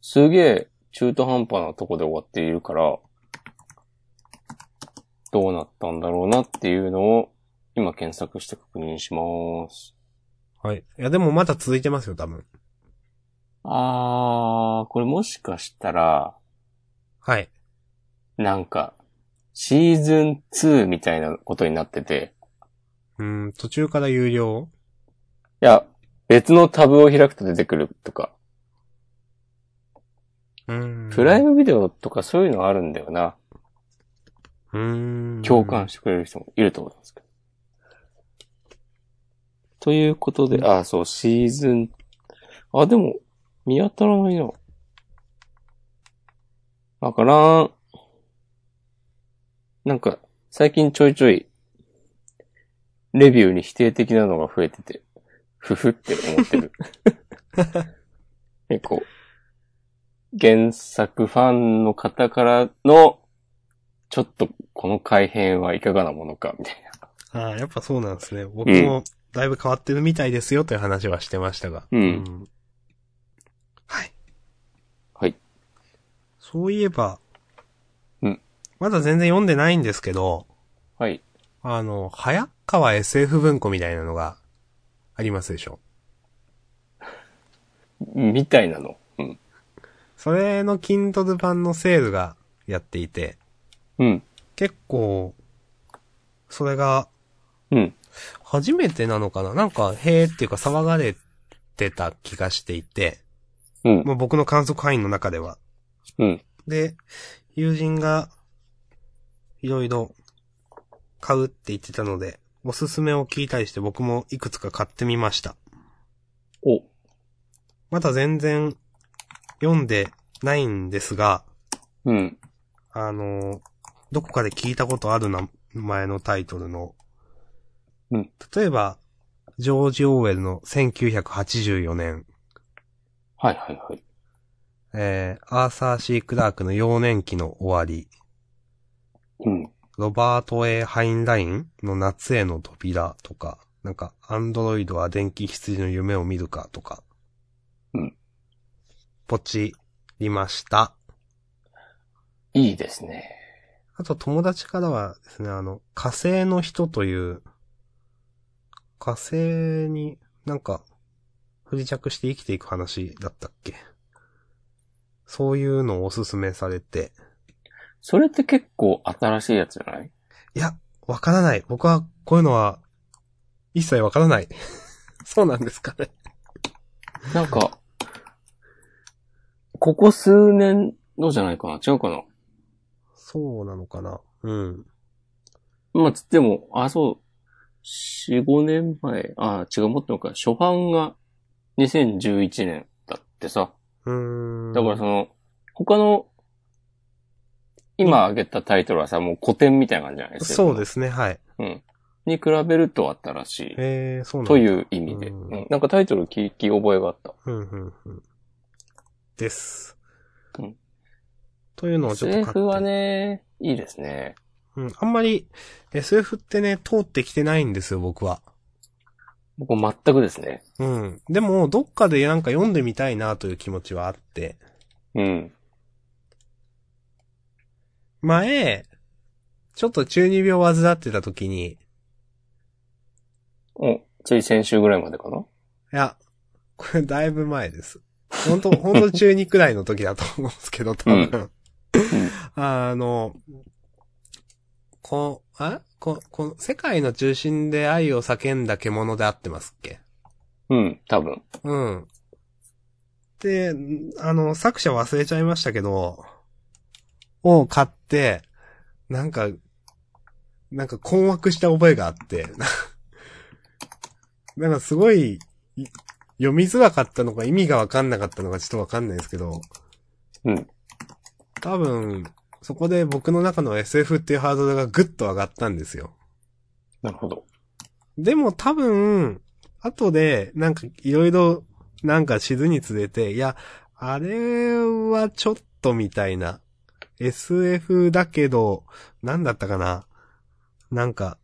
[SPEAKER 2] すげえ中途半端なとこで終わっているから、どうなったんだろうなっていうのを今検索して確認します。
[SPEAKER 1] はい。いや、でもまだ続いてますよ、多分。
[SPEAKER 2] あー、これもしかしたら、
[SPEAKER 1] はい。
[SPEAKER 2] なんか、シーズン2みたいなことになってて、
[SPEAKER 1] うん、途中から有料
[SPEAKER 2] いや、別のタブを開くと出てくるとか、
[SPEAKER 1] うん。
[SPEAKER 2] プライムビデオとかそういうのあるんだよな。
[SPEAKER 1] うん。
[SPEAKER 2] 共感してくれる人もいると思いますけど。ということで、あ、そう、シーズン、あ、でも、見当たらないな。わからん。なんか、最近ちょいちょい、レビューに否定的なのが増えてて、ふふって思って る。結構、原作ファンの方からの、ちょっとこの改変はいかがなものか、みたいな。
[SPEAKER 1] ああ、やっぱそうなんですね。僕もだいぶ変わってるみたいですよという話はしてましたが。
[SPEAKER 2] うん
[SPEAKER 1] はい。
[SPEAKER 2] はい。
[SPEAKER 1] そういえば、
[SPEAKER 2] うん。
[SPEAKER 1] まだ全然読んでないんですけど、
[SPEAKER 2] はい。
[SPEAKER 1] あの、早川 SF 文庫みたいなのがありますでしょ。
[SPEAKER 2] みたいなの。うん。
[SPEAKER 1] それの Kindle 版のセールがやっていて、
[SPEAKER 2] うん。
[SPEAKER 1] 結構、それが
[SPEAKER 2] うん。
[SPEAKER 1] 初めてなのかななんか、へーっていうか騒がれてた気がしていて、
[SPEAKER 2] うん。
[SPEAKER 1] もう僕の観測範囲の中では。
[SPEAKER 2] うん。
[SPEAKER 1] で、友人が、いろいろ、買うって言ってたので、おすすめを聞いたりして僕もいくつか買ってみました。
[SPEAKER 2] お。
[SPEAKER 1] まだ全然、読んでないんですが、
[SPEAKER 2] うん。
[SPEAKER 1] あの、どこかで聞いたことある名前のタイトルの、
[SPEAKER 2] うん
[SPEAKER 1] 例えば、ジョージ・オーウェルの1984年、
[SPEAKER 2] はいはいはい。
[SPEAKER 1] えー、アーサー・シー・クラークの幼年期の終わり、
[SPEAKER 2] うん。
[SPEAKER 1] ロバート・ A ・ハインラインの夏への扉とか、なんか、アンドロイドは電気羊の夢を見るかとか。
[SPEAKER 2] うん。
[SPEAKER 1] ポチりました。
[SPEAKER 2] いいですね。
[SPEAKER 1] あと友達からはですね、あの、火星の人という、火星になんか、不時着して生きていく話だったっけそういうのをおすすめされて、
[SPEAKER 2] それって結構新しいやつじゃない
[SPEAKER 1] いや、わからない。僕はこういうのは、一切わからない。 そうなんですかね。
[SPEAKER 2] なんか、ここ数年のじゃないかな違うかな
[SPEAKER 1] そうなのかな。うん。
[SPEAKER 2] まあ、つっても、あ、そう、四五年前、あ、違う、もっと前か、初版が2011年だってさ。
[SPEAKER 1] うーん。
[SPEAKER 2] だからその、他の、今挙げたタイトルはさ、もう古典みたいな感じじゃないですか。
[SPEAKER 1] そうですね、はい。
[SPEAKER 2] うん。に比べると新しい。
[SPEAKER 1] えー、そうなんだ
[SPEAKER 2] という意味で。
[SPEAKER 1] うん
[SPEAKER 2] うんなんかタイトル聞き覚えがあった。
[SPEAKER 1] うん、うん、うん。です。
[SPEAKER 2] うん
[SPEAKER 1] というのをちょっと買って。
[SPEAKER 2] SF はね、いいですね。
[SPEAKER 1] うん、あんまり SF ってね、通ってきてないんですよ、僕は。
[SPEAKER 2] 僕全くですね。
[SPEAKER 1] うん。でも、どっかでなんか読んでみたいなという気持ちはあって。
[SPEAKER 2] うん。
[SPEAKER 1] 前、ちょっと中二病を患ってた時に、い
[SPEAKER 2] お、つい先週ぐらいまでかな
[SPEAKER 1] や、これだいぶ前です。本当本当中二くらいの時だと思うんですけど、多分。 あの、こ、あこ、こ、世界の中心で愛を叫んだ獣であってますっけ
[SPEAKER 2] うん、多分。
[SPEAKER 1] うん。で、あの、作者忘れちゃいましたけど、を買って、なんか、なんか困惑した覚えがあって、 なんかすごい、い読みづらかったのか意味がわかんなかったのかちょっとわかんないですけど、
[SPEAKER 2] うん。
[SPEAKER 1] 多分、そこで僕の中の SF っていうハードルがぐっと上がったんですよ。
[SPEAKER 2] なるほど。
[SPEAKER 1] でも多分、後で、なんかいろいろ、なんか知るにつれて、いや、あれはちょっとみたいな。SF だけど、なんだったかななんか、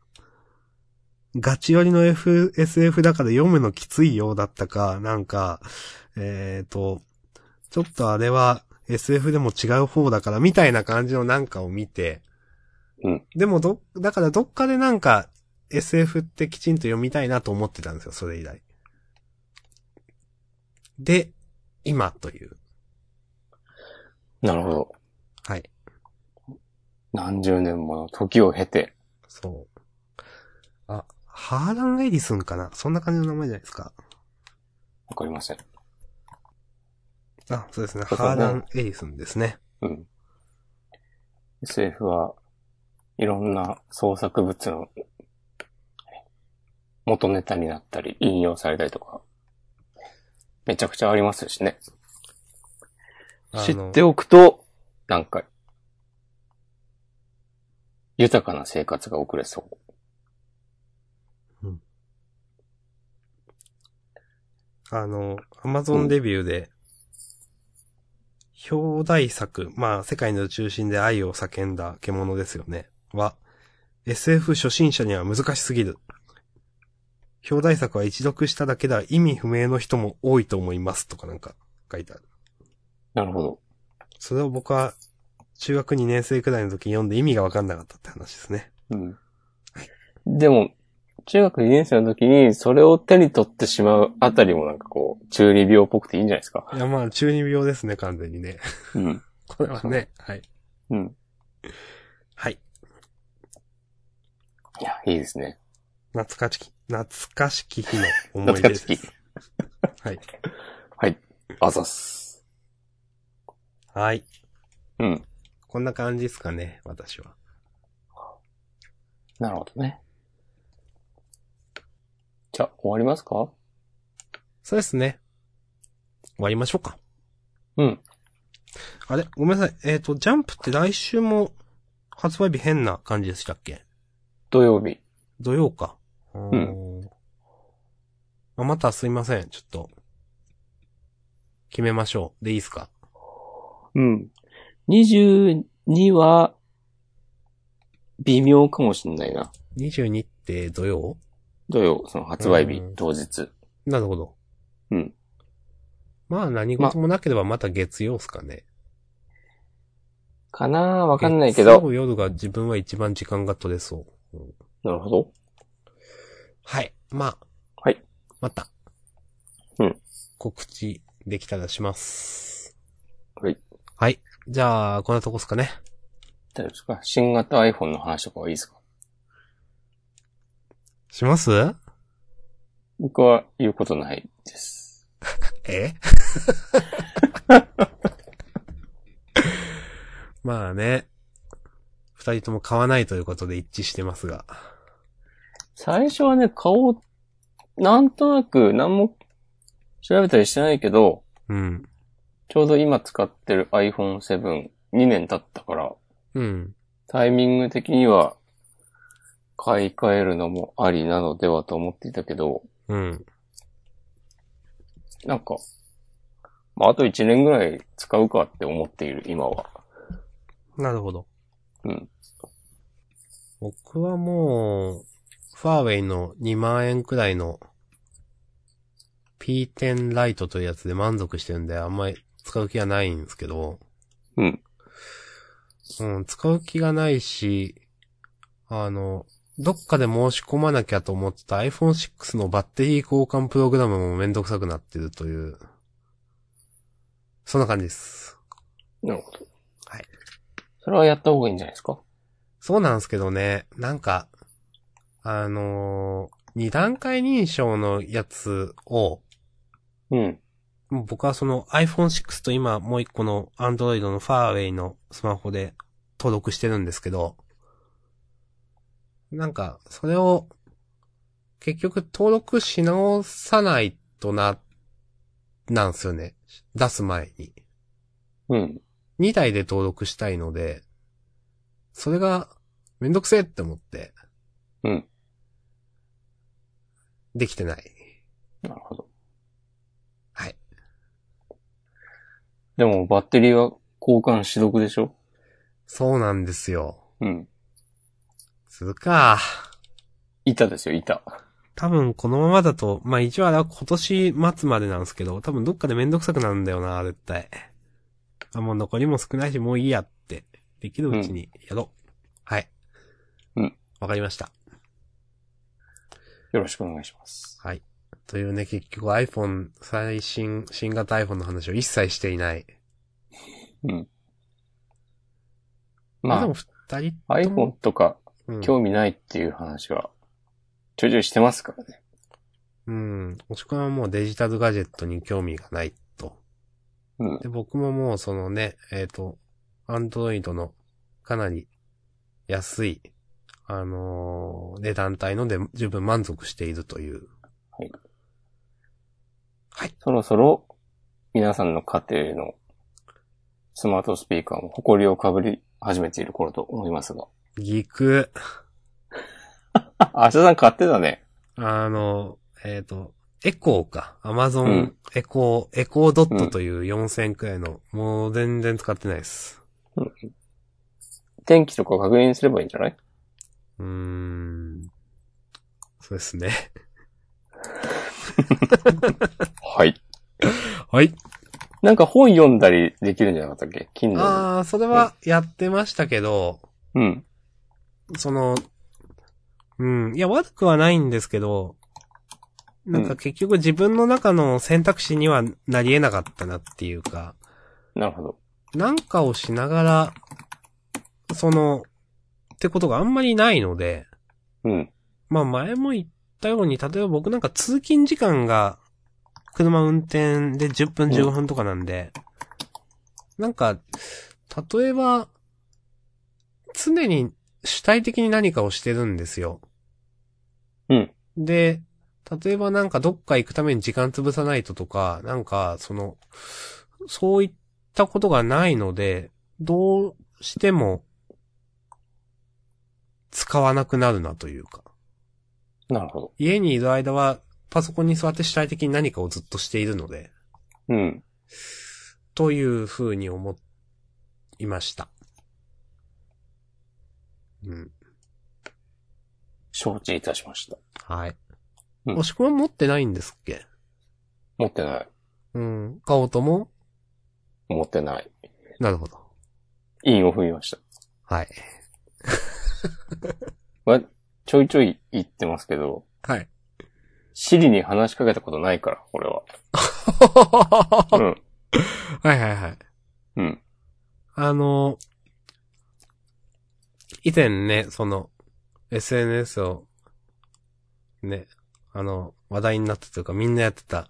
[SPEAKER 1] ガチ寄りの、F、SF だから読むのきついようだったか、なんか、えっ、と、ちょっとあれは SF でも違う方だからみたいな感じのなんかを見て、
[SPEAKER 2] うん
[SPEAKER 1] でもど、だからどっかでなんか SF ってきちんと読みたいなと思ってたんですよ、それ以来。で、今という。
[SPEAKER 2] なるほど。
[SPEAKER 1] はい。
[SPEAKER 2] 何十年もの時を経て。
[SPEAKER 1] そう。あ、ハーラン・エディスンかなそんな感じの名前じゃないですか。
[SPEAKER 2] わかりません。
[SPEAKER 1] あ、そうですね。
[SPEAKER 2] そうそう
[SPEAKER 1] ハーラン・エディスンですね。
[SPEAKER 2] うん。SF はいろんな創作物の元ネタになったり、引用されたりとか、めちゃくちゃありますしね。
[SPEAKER 1] あの
[SPEAKER 2] 知っておくと、なんか、豊かな生活が送れそう。
[SPEAKER 1] あの、アマゾンレビューで、表題作、まあ、世界の中心で愛を叫んだ獣ですよね。は、SF 初心者には難しすぎる。表題作は一読しただけでは意味不明の人も多いと思います。とかなんか書いてある。
[SPEAKER 2] なるほど。
[SPEAKER 1] それを僕は、中学2年生くらいの時に読んで意味がわかんなかったって話ですね。
[SPEAKER 2] うん。でも、中学2年生の時にそれを手に取ってしまうあたりもなんかこう、中二病っぽくていいんじゃないですか。
[SPEAKER 1] いや、まあ、中二病ですね、完全にね。
[SPEAKER 2] うん。
[SPEAKER 1] これはね、はい。
[SPEAKER 2] うん。
[SPEAKER 1] はい。
[SPEAKER 2] いや、いいですね。
[SPEAKER 1] 懐かしき、懐かしき日の思い
[SPEAKER 2] 懐
[SPEAKER 1] 出
[SPEAKER 2] か
[SPEAKER 1] です。
[SPEAKER 2] しき。
[SPEAKER 1] はい。
[SPEAKER 2] はい。あざっす。
[SPEAKER 1] はい。
[SPEAKER 2] うん。
[SPEAKER 1] こんな感じですかね、私は。
[SPEAKER 2] なるほどね。じゃあ、終わりますか
[SPEAKER 1] そうですね。終わりましょうか。
[SPEAKER 2] うん。
[SPEAKER 1] あれごめんなさい。えっ、と、ジャンプって来週も発売日変な感じでしたっけ
[SPEAKER 2] 土曜日。
[SPEAKER 1] 土曜か。うん。あまたすいません。ちょっと、決めましょう。でいいですか
[SPEAKER 2] うん。22は、微妙かもしんないな。
[SPEAKER 1] ?22 って土曜
[SPEAKER 2] 土曜、その発売日
[SPEAKER 1] うん
[SPEAKER 2] 当日。
[SPEAKER 1] なるほど。
[SPEAKER 2] うん。
[SPEAKER 1] まあ何事もなければまた月曜っすかね。
[SPEAKER 2] かなあわかんない
[SPEAKER 1] 月
[SPEAKER 2] け
[SPEAKER 1] 曜
[SPEAKER 2] ど。
[SPEAKER 1] 夜が自分は一番時間が取れそう。うん
[SPEAKER 2] なるほど。
[SPEAKER 1] はい。まあ。
[SPEAKER 2] はい。
[SPEAKER 1] また。
[SPEAKER 2] うん。
[SPEAKER 1] 告知できたらします。
[SPEAKER 2] はい。
[SPEAKER 1] はい。じゃあ、こんなとこっすかね。
[SPEAKER 2] 大丈夫ですか新型 iPhone の話とかはいいですか
[SPEAKER 1] します
[SPEAKER 2] 僕は言うことないです。
[SPEAKER 1] えまあね。二人とも買わないということで一致してますが。
[SPEAKER 2] 最初はね、顔、なんとなく何も調べたりしてないけど、
[SPEAKER 1] うん。
[SPEAKER 2] ちょうど今使ってる iPhone7、2年経ったから、
[SPEAKER 1] うん。
[SPEAKER 2] タイミング的には買い替えるのもありなのではと思っていたけど、
[SPEAKER 1] うん。
[SPEAKER 2] なんか、まあ、あと1年ぐらい使うかって思っている、今は。
[SPEAKER 1] なるほど。
[SPEAKER 2] うん。
[SPEAKER 1] 僕はもう、ファーウェイの2万円くらいの P10 ライトというやつで満足してるんで、あんまり使う気はないんですけど。
[SPEAKER 2] うん。
[SPEAKER 1] うん、使う気がないし、あの、どっかで申し込まなきゃと思ってた iPhone6 のバッテリー交換プログラムもめんどくさくなってるという、そんな感じです。
[SPEAKER 2] なるほど。
[SPEAKER 1] はい。
[SPEAKER 2] それはやった方がいいんじゃないですか
[SPEAKER 1] そうなんですけどね、なんか、あのー二段階認証のやつを、
[SPEAKER 2] うん。
[SPEAKER 1] もう僕はその iPhone6 と今もう一個の Android の Farway のスマホで登録してるんですけど、なんか、それを、結局登録し直さないとな、なんですよね。出す前に。
[SPEAKER 2] うん。
[SPEAKER 1] 2台で登録したいので、それがめんどくせえって思って。
[SPEAKER 2] うん。
[SPEAKER 1] できてない。
[SPEAKER 2] なるほど。
[SPEAKER 1] はい。
[SPEAKER 2] でも、バッテリーは交換しどくでしょ
[SPEAKER 1] そうなんですよ。
[SPEAKER 2] うん。
[SPEAKER 1] するか。
[SPEAKER 2] 板ですよ、板。
[SPEAKER 1] 多分このままだと、まあ一応あれは今年末までなんですけど、多分どっかでめんどくさくなるんだよな、絶対。あ、もう残りも少ないし、もういいやって。できるうちにやろう。はい。
[SPEAKER 2] うん。
[SPEAKER 1] わかりました。
[SPEAKER 2] よろしくお願いします。
[SPEAKER 1] はい。というね、結局 iPhone、最新、新型 iPhone の話を一切していない。まあ、で
[SPEAKER 2] ま
[SPEAKER 1] も二人
[SPEAKER 2] あ、
[SPEAKER 1] とも
[SPEAKER 2] iPhone とか
[SPEAKER 1] うん
[SPEAKER 2] 興味ないっていう話は、ちょいちょいしてますからね。
[SPEAKER 1] うん。もしくはもうデジタルガジェットに興味がないと。
[SPEAKER 2] うん。
[SPEAKER 1] で、僕ももうそのね、えっ、と、アンドロイドのかなり安い、あのー値段帯ので十分満足しているという。
[SPEAKER 2] そろそろ、皆さんの家庭のスマートスピーカーも誇りをかぶり始めている頃と思いますが。
[SPEAKER 1] ギク、
[SPEAKER 2] あ、明日さん買ってたね。
[SPEAKER 1] あのーえっ、と、エコーか。アマゾ
[SPEAKER 2] う
[SPEAKER 1] ン
[SPEAKER 2] ん
[SPEAKER 1] エコー、エコードッ
[SPEAKER 2] う
[SPEAKER 1] ト
[SPEAKER 2] ん
[SPEAKER 1] という4000くらいの、もう全然使ってないです。
[SPEAKER 2] 天気とか確認すればいいんじゃないう
[SPEAKER 1] ーん。そうですね。
[SPEAKER 2] はい。
[SPEAKER 1] はい。
[SPEAKER 2] なんか本読んだりできるんじゃなかったっけ ?Kindle で。
[SPEAKER 1] ああ、それはやってましたけど、
[SPEAKER 2] うん。
[SPEAKER 1] その、うん、いや、悪くはないんですけど、なん
[SPEAKER 2] う
[SPEAKER 1] か
[SPEAKER 2] ん
[SPEAKER 1] 結局自分の中の選択肢にはなり得なかったなっていうか、
[SPEAKER 2] なるほど。
[SPEAKER 1] なんかをしながら、その、ってことがあんまりないので、
[SPEAKER 2] うん。
[SPEAKER 1] まあ前も言ったように、例えば僕なんか通勤時間が、車運転で10分
[SPEAKER 2] うん
[SPEAKER 1] 15分とかなんで、なんか、例えば、常に主体的に何かをしてるんですよ。
[SPEAKER 2] うん。
[SPEAKER 1] で、例えばなんかどっか行くために時間潰さないととか、なんかその、そういったことがないので、どうしても、使わなくなるなというか。
[SPEAKER 2] なるほど。
[SPEAKER 1] 家にいる間は、パソコンに座って主体的に何かをずっとしているので、
[SPEAKER 2] うん。
[SPEAKER 1] という風に思いました。うん。
[SPEAKER 2] 承知いたしました。
[SPEAKER 1] はい。
[SPEAKER 2] うん
[SPEAKER 1] 押し込ま持ってないんですっけ
[SPEAKER 2] 持ってない。
[SPEAKER 1] うん。買おうとも、
[SPEAKER 2] 思ってない。
[SPEAKER 1] なるほど。
[SPEAKER 2] インを踏みました。
[SPEAKER 1] はい。
[SPEAKER 2] わちょいちょい言ってますけど、
[SPEAKER 1] はい。
[SPEAKER 2] シリに話しかけたことないから、俺は。
[SPEAKER 1] は
[SPEAKER 2] うん。
[SPEAKER 1] いはいはい。
[SPEAKER 2] うん。
[SPEAKER 1] あの、以前ね、その、SNS を、ね、あの、話題になったというか、みんなやってた、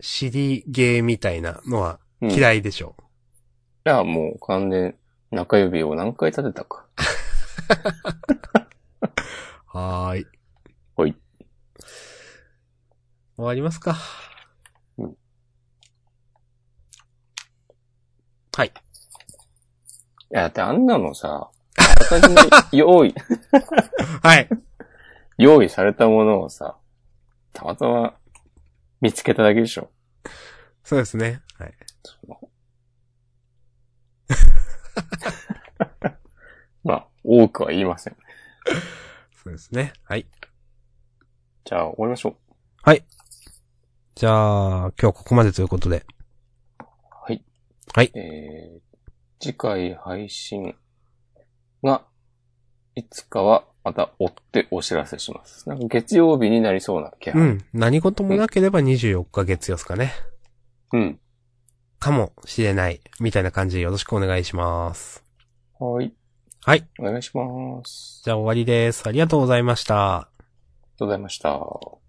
[SPEAKER 1] シリゲーみたいなのは
[SPEAKER 2] うん、い
[SPEAKER 1] 嫌いでしょ。
[SPEAKER 2] や、もう完全、中指を何回立てたか。
[SPEAKER 1] はーい。
[SPEAKER 2] ほい。
[SPEAKER 1] 終わりますか。
[SPEAKER 2] うん
[SPEAKER 1] はい。
[SPEAKER 2] いや、だってあんなのさ、あらかじめ用意、
[SPEAKER 1] はい。
[SPEAKER 2] 用意されたものをさ、たまたま見つけただけでしょ。
[SPEAKER 1] そうですね。はい。
[SPEAKER 2] そのまあ、多くは言いません。
[SPEAKER 1] そうですね。はい。
[SPEAKER 2] じゃあ、終わりましょう。
[SPEAKER 1] じゃあ、今日ここまでということで。
[SPEAKER 2] えー、次回配信が、いつかはまた追ってお知らせします。なんか月曜日になりそうな気配。
[SPEAKER 1] うん。何事もなければ24日月曜ですかね。
[SPEAKER 2] うん。
[SPEAKER 1] かもしれない。みたいな感じでよろしくお願いします。
[SPEAKER 2] はい。
[SPEAKER 1] はい。
[SPEAKER 2] お願いします。
[SPEAKER 1] じゃあ終わりです。ありがとうございました。
[SPEAKER 2] ありがとうございました。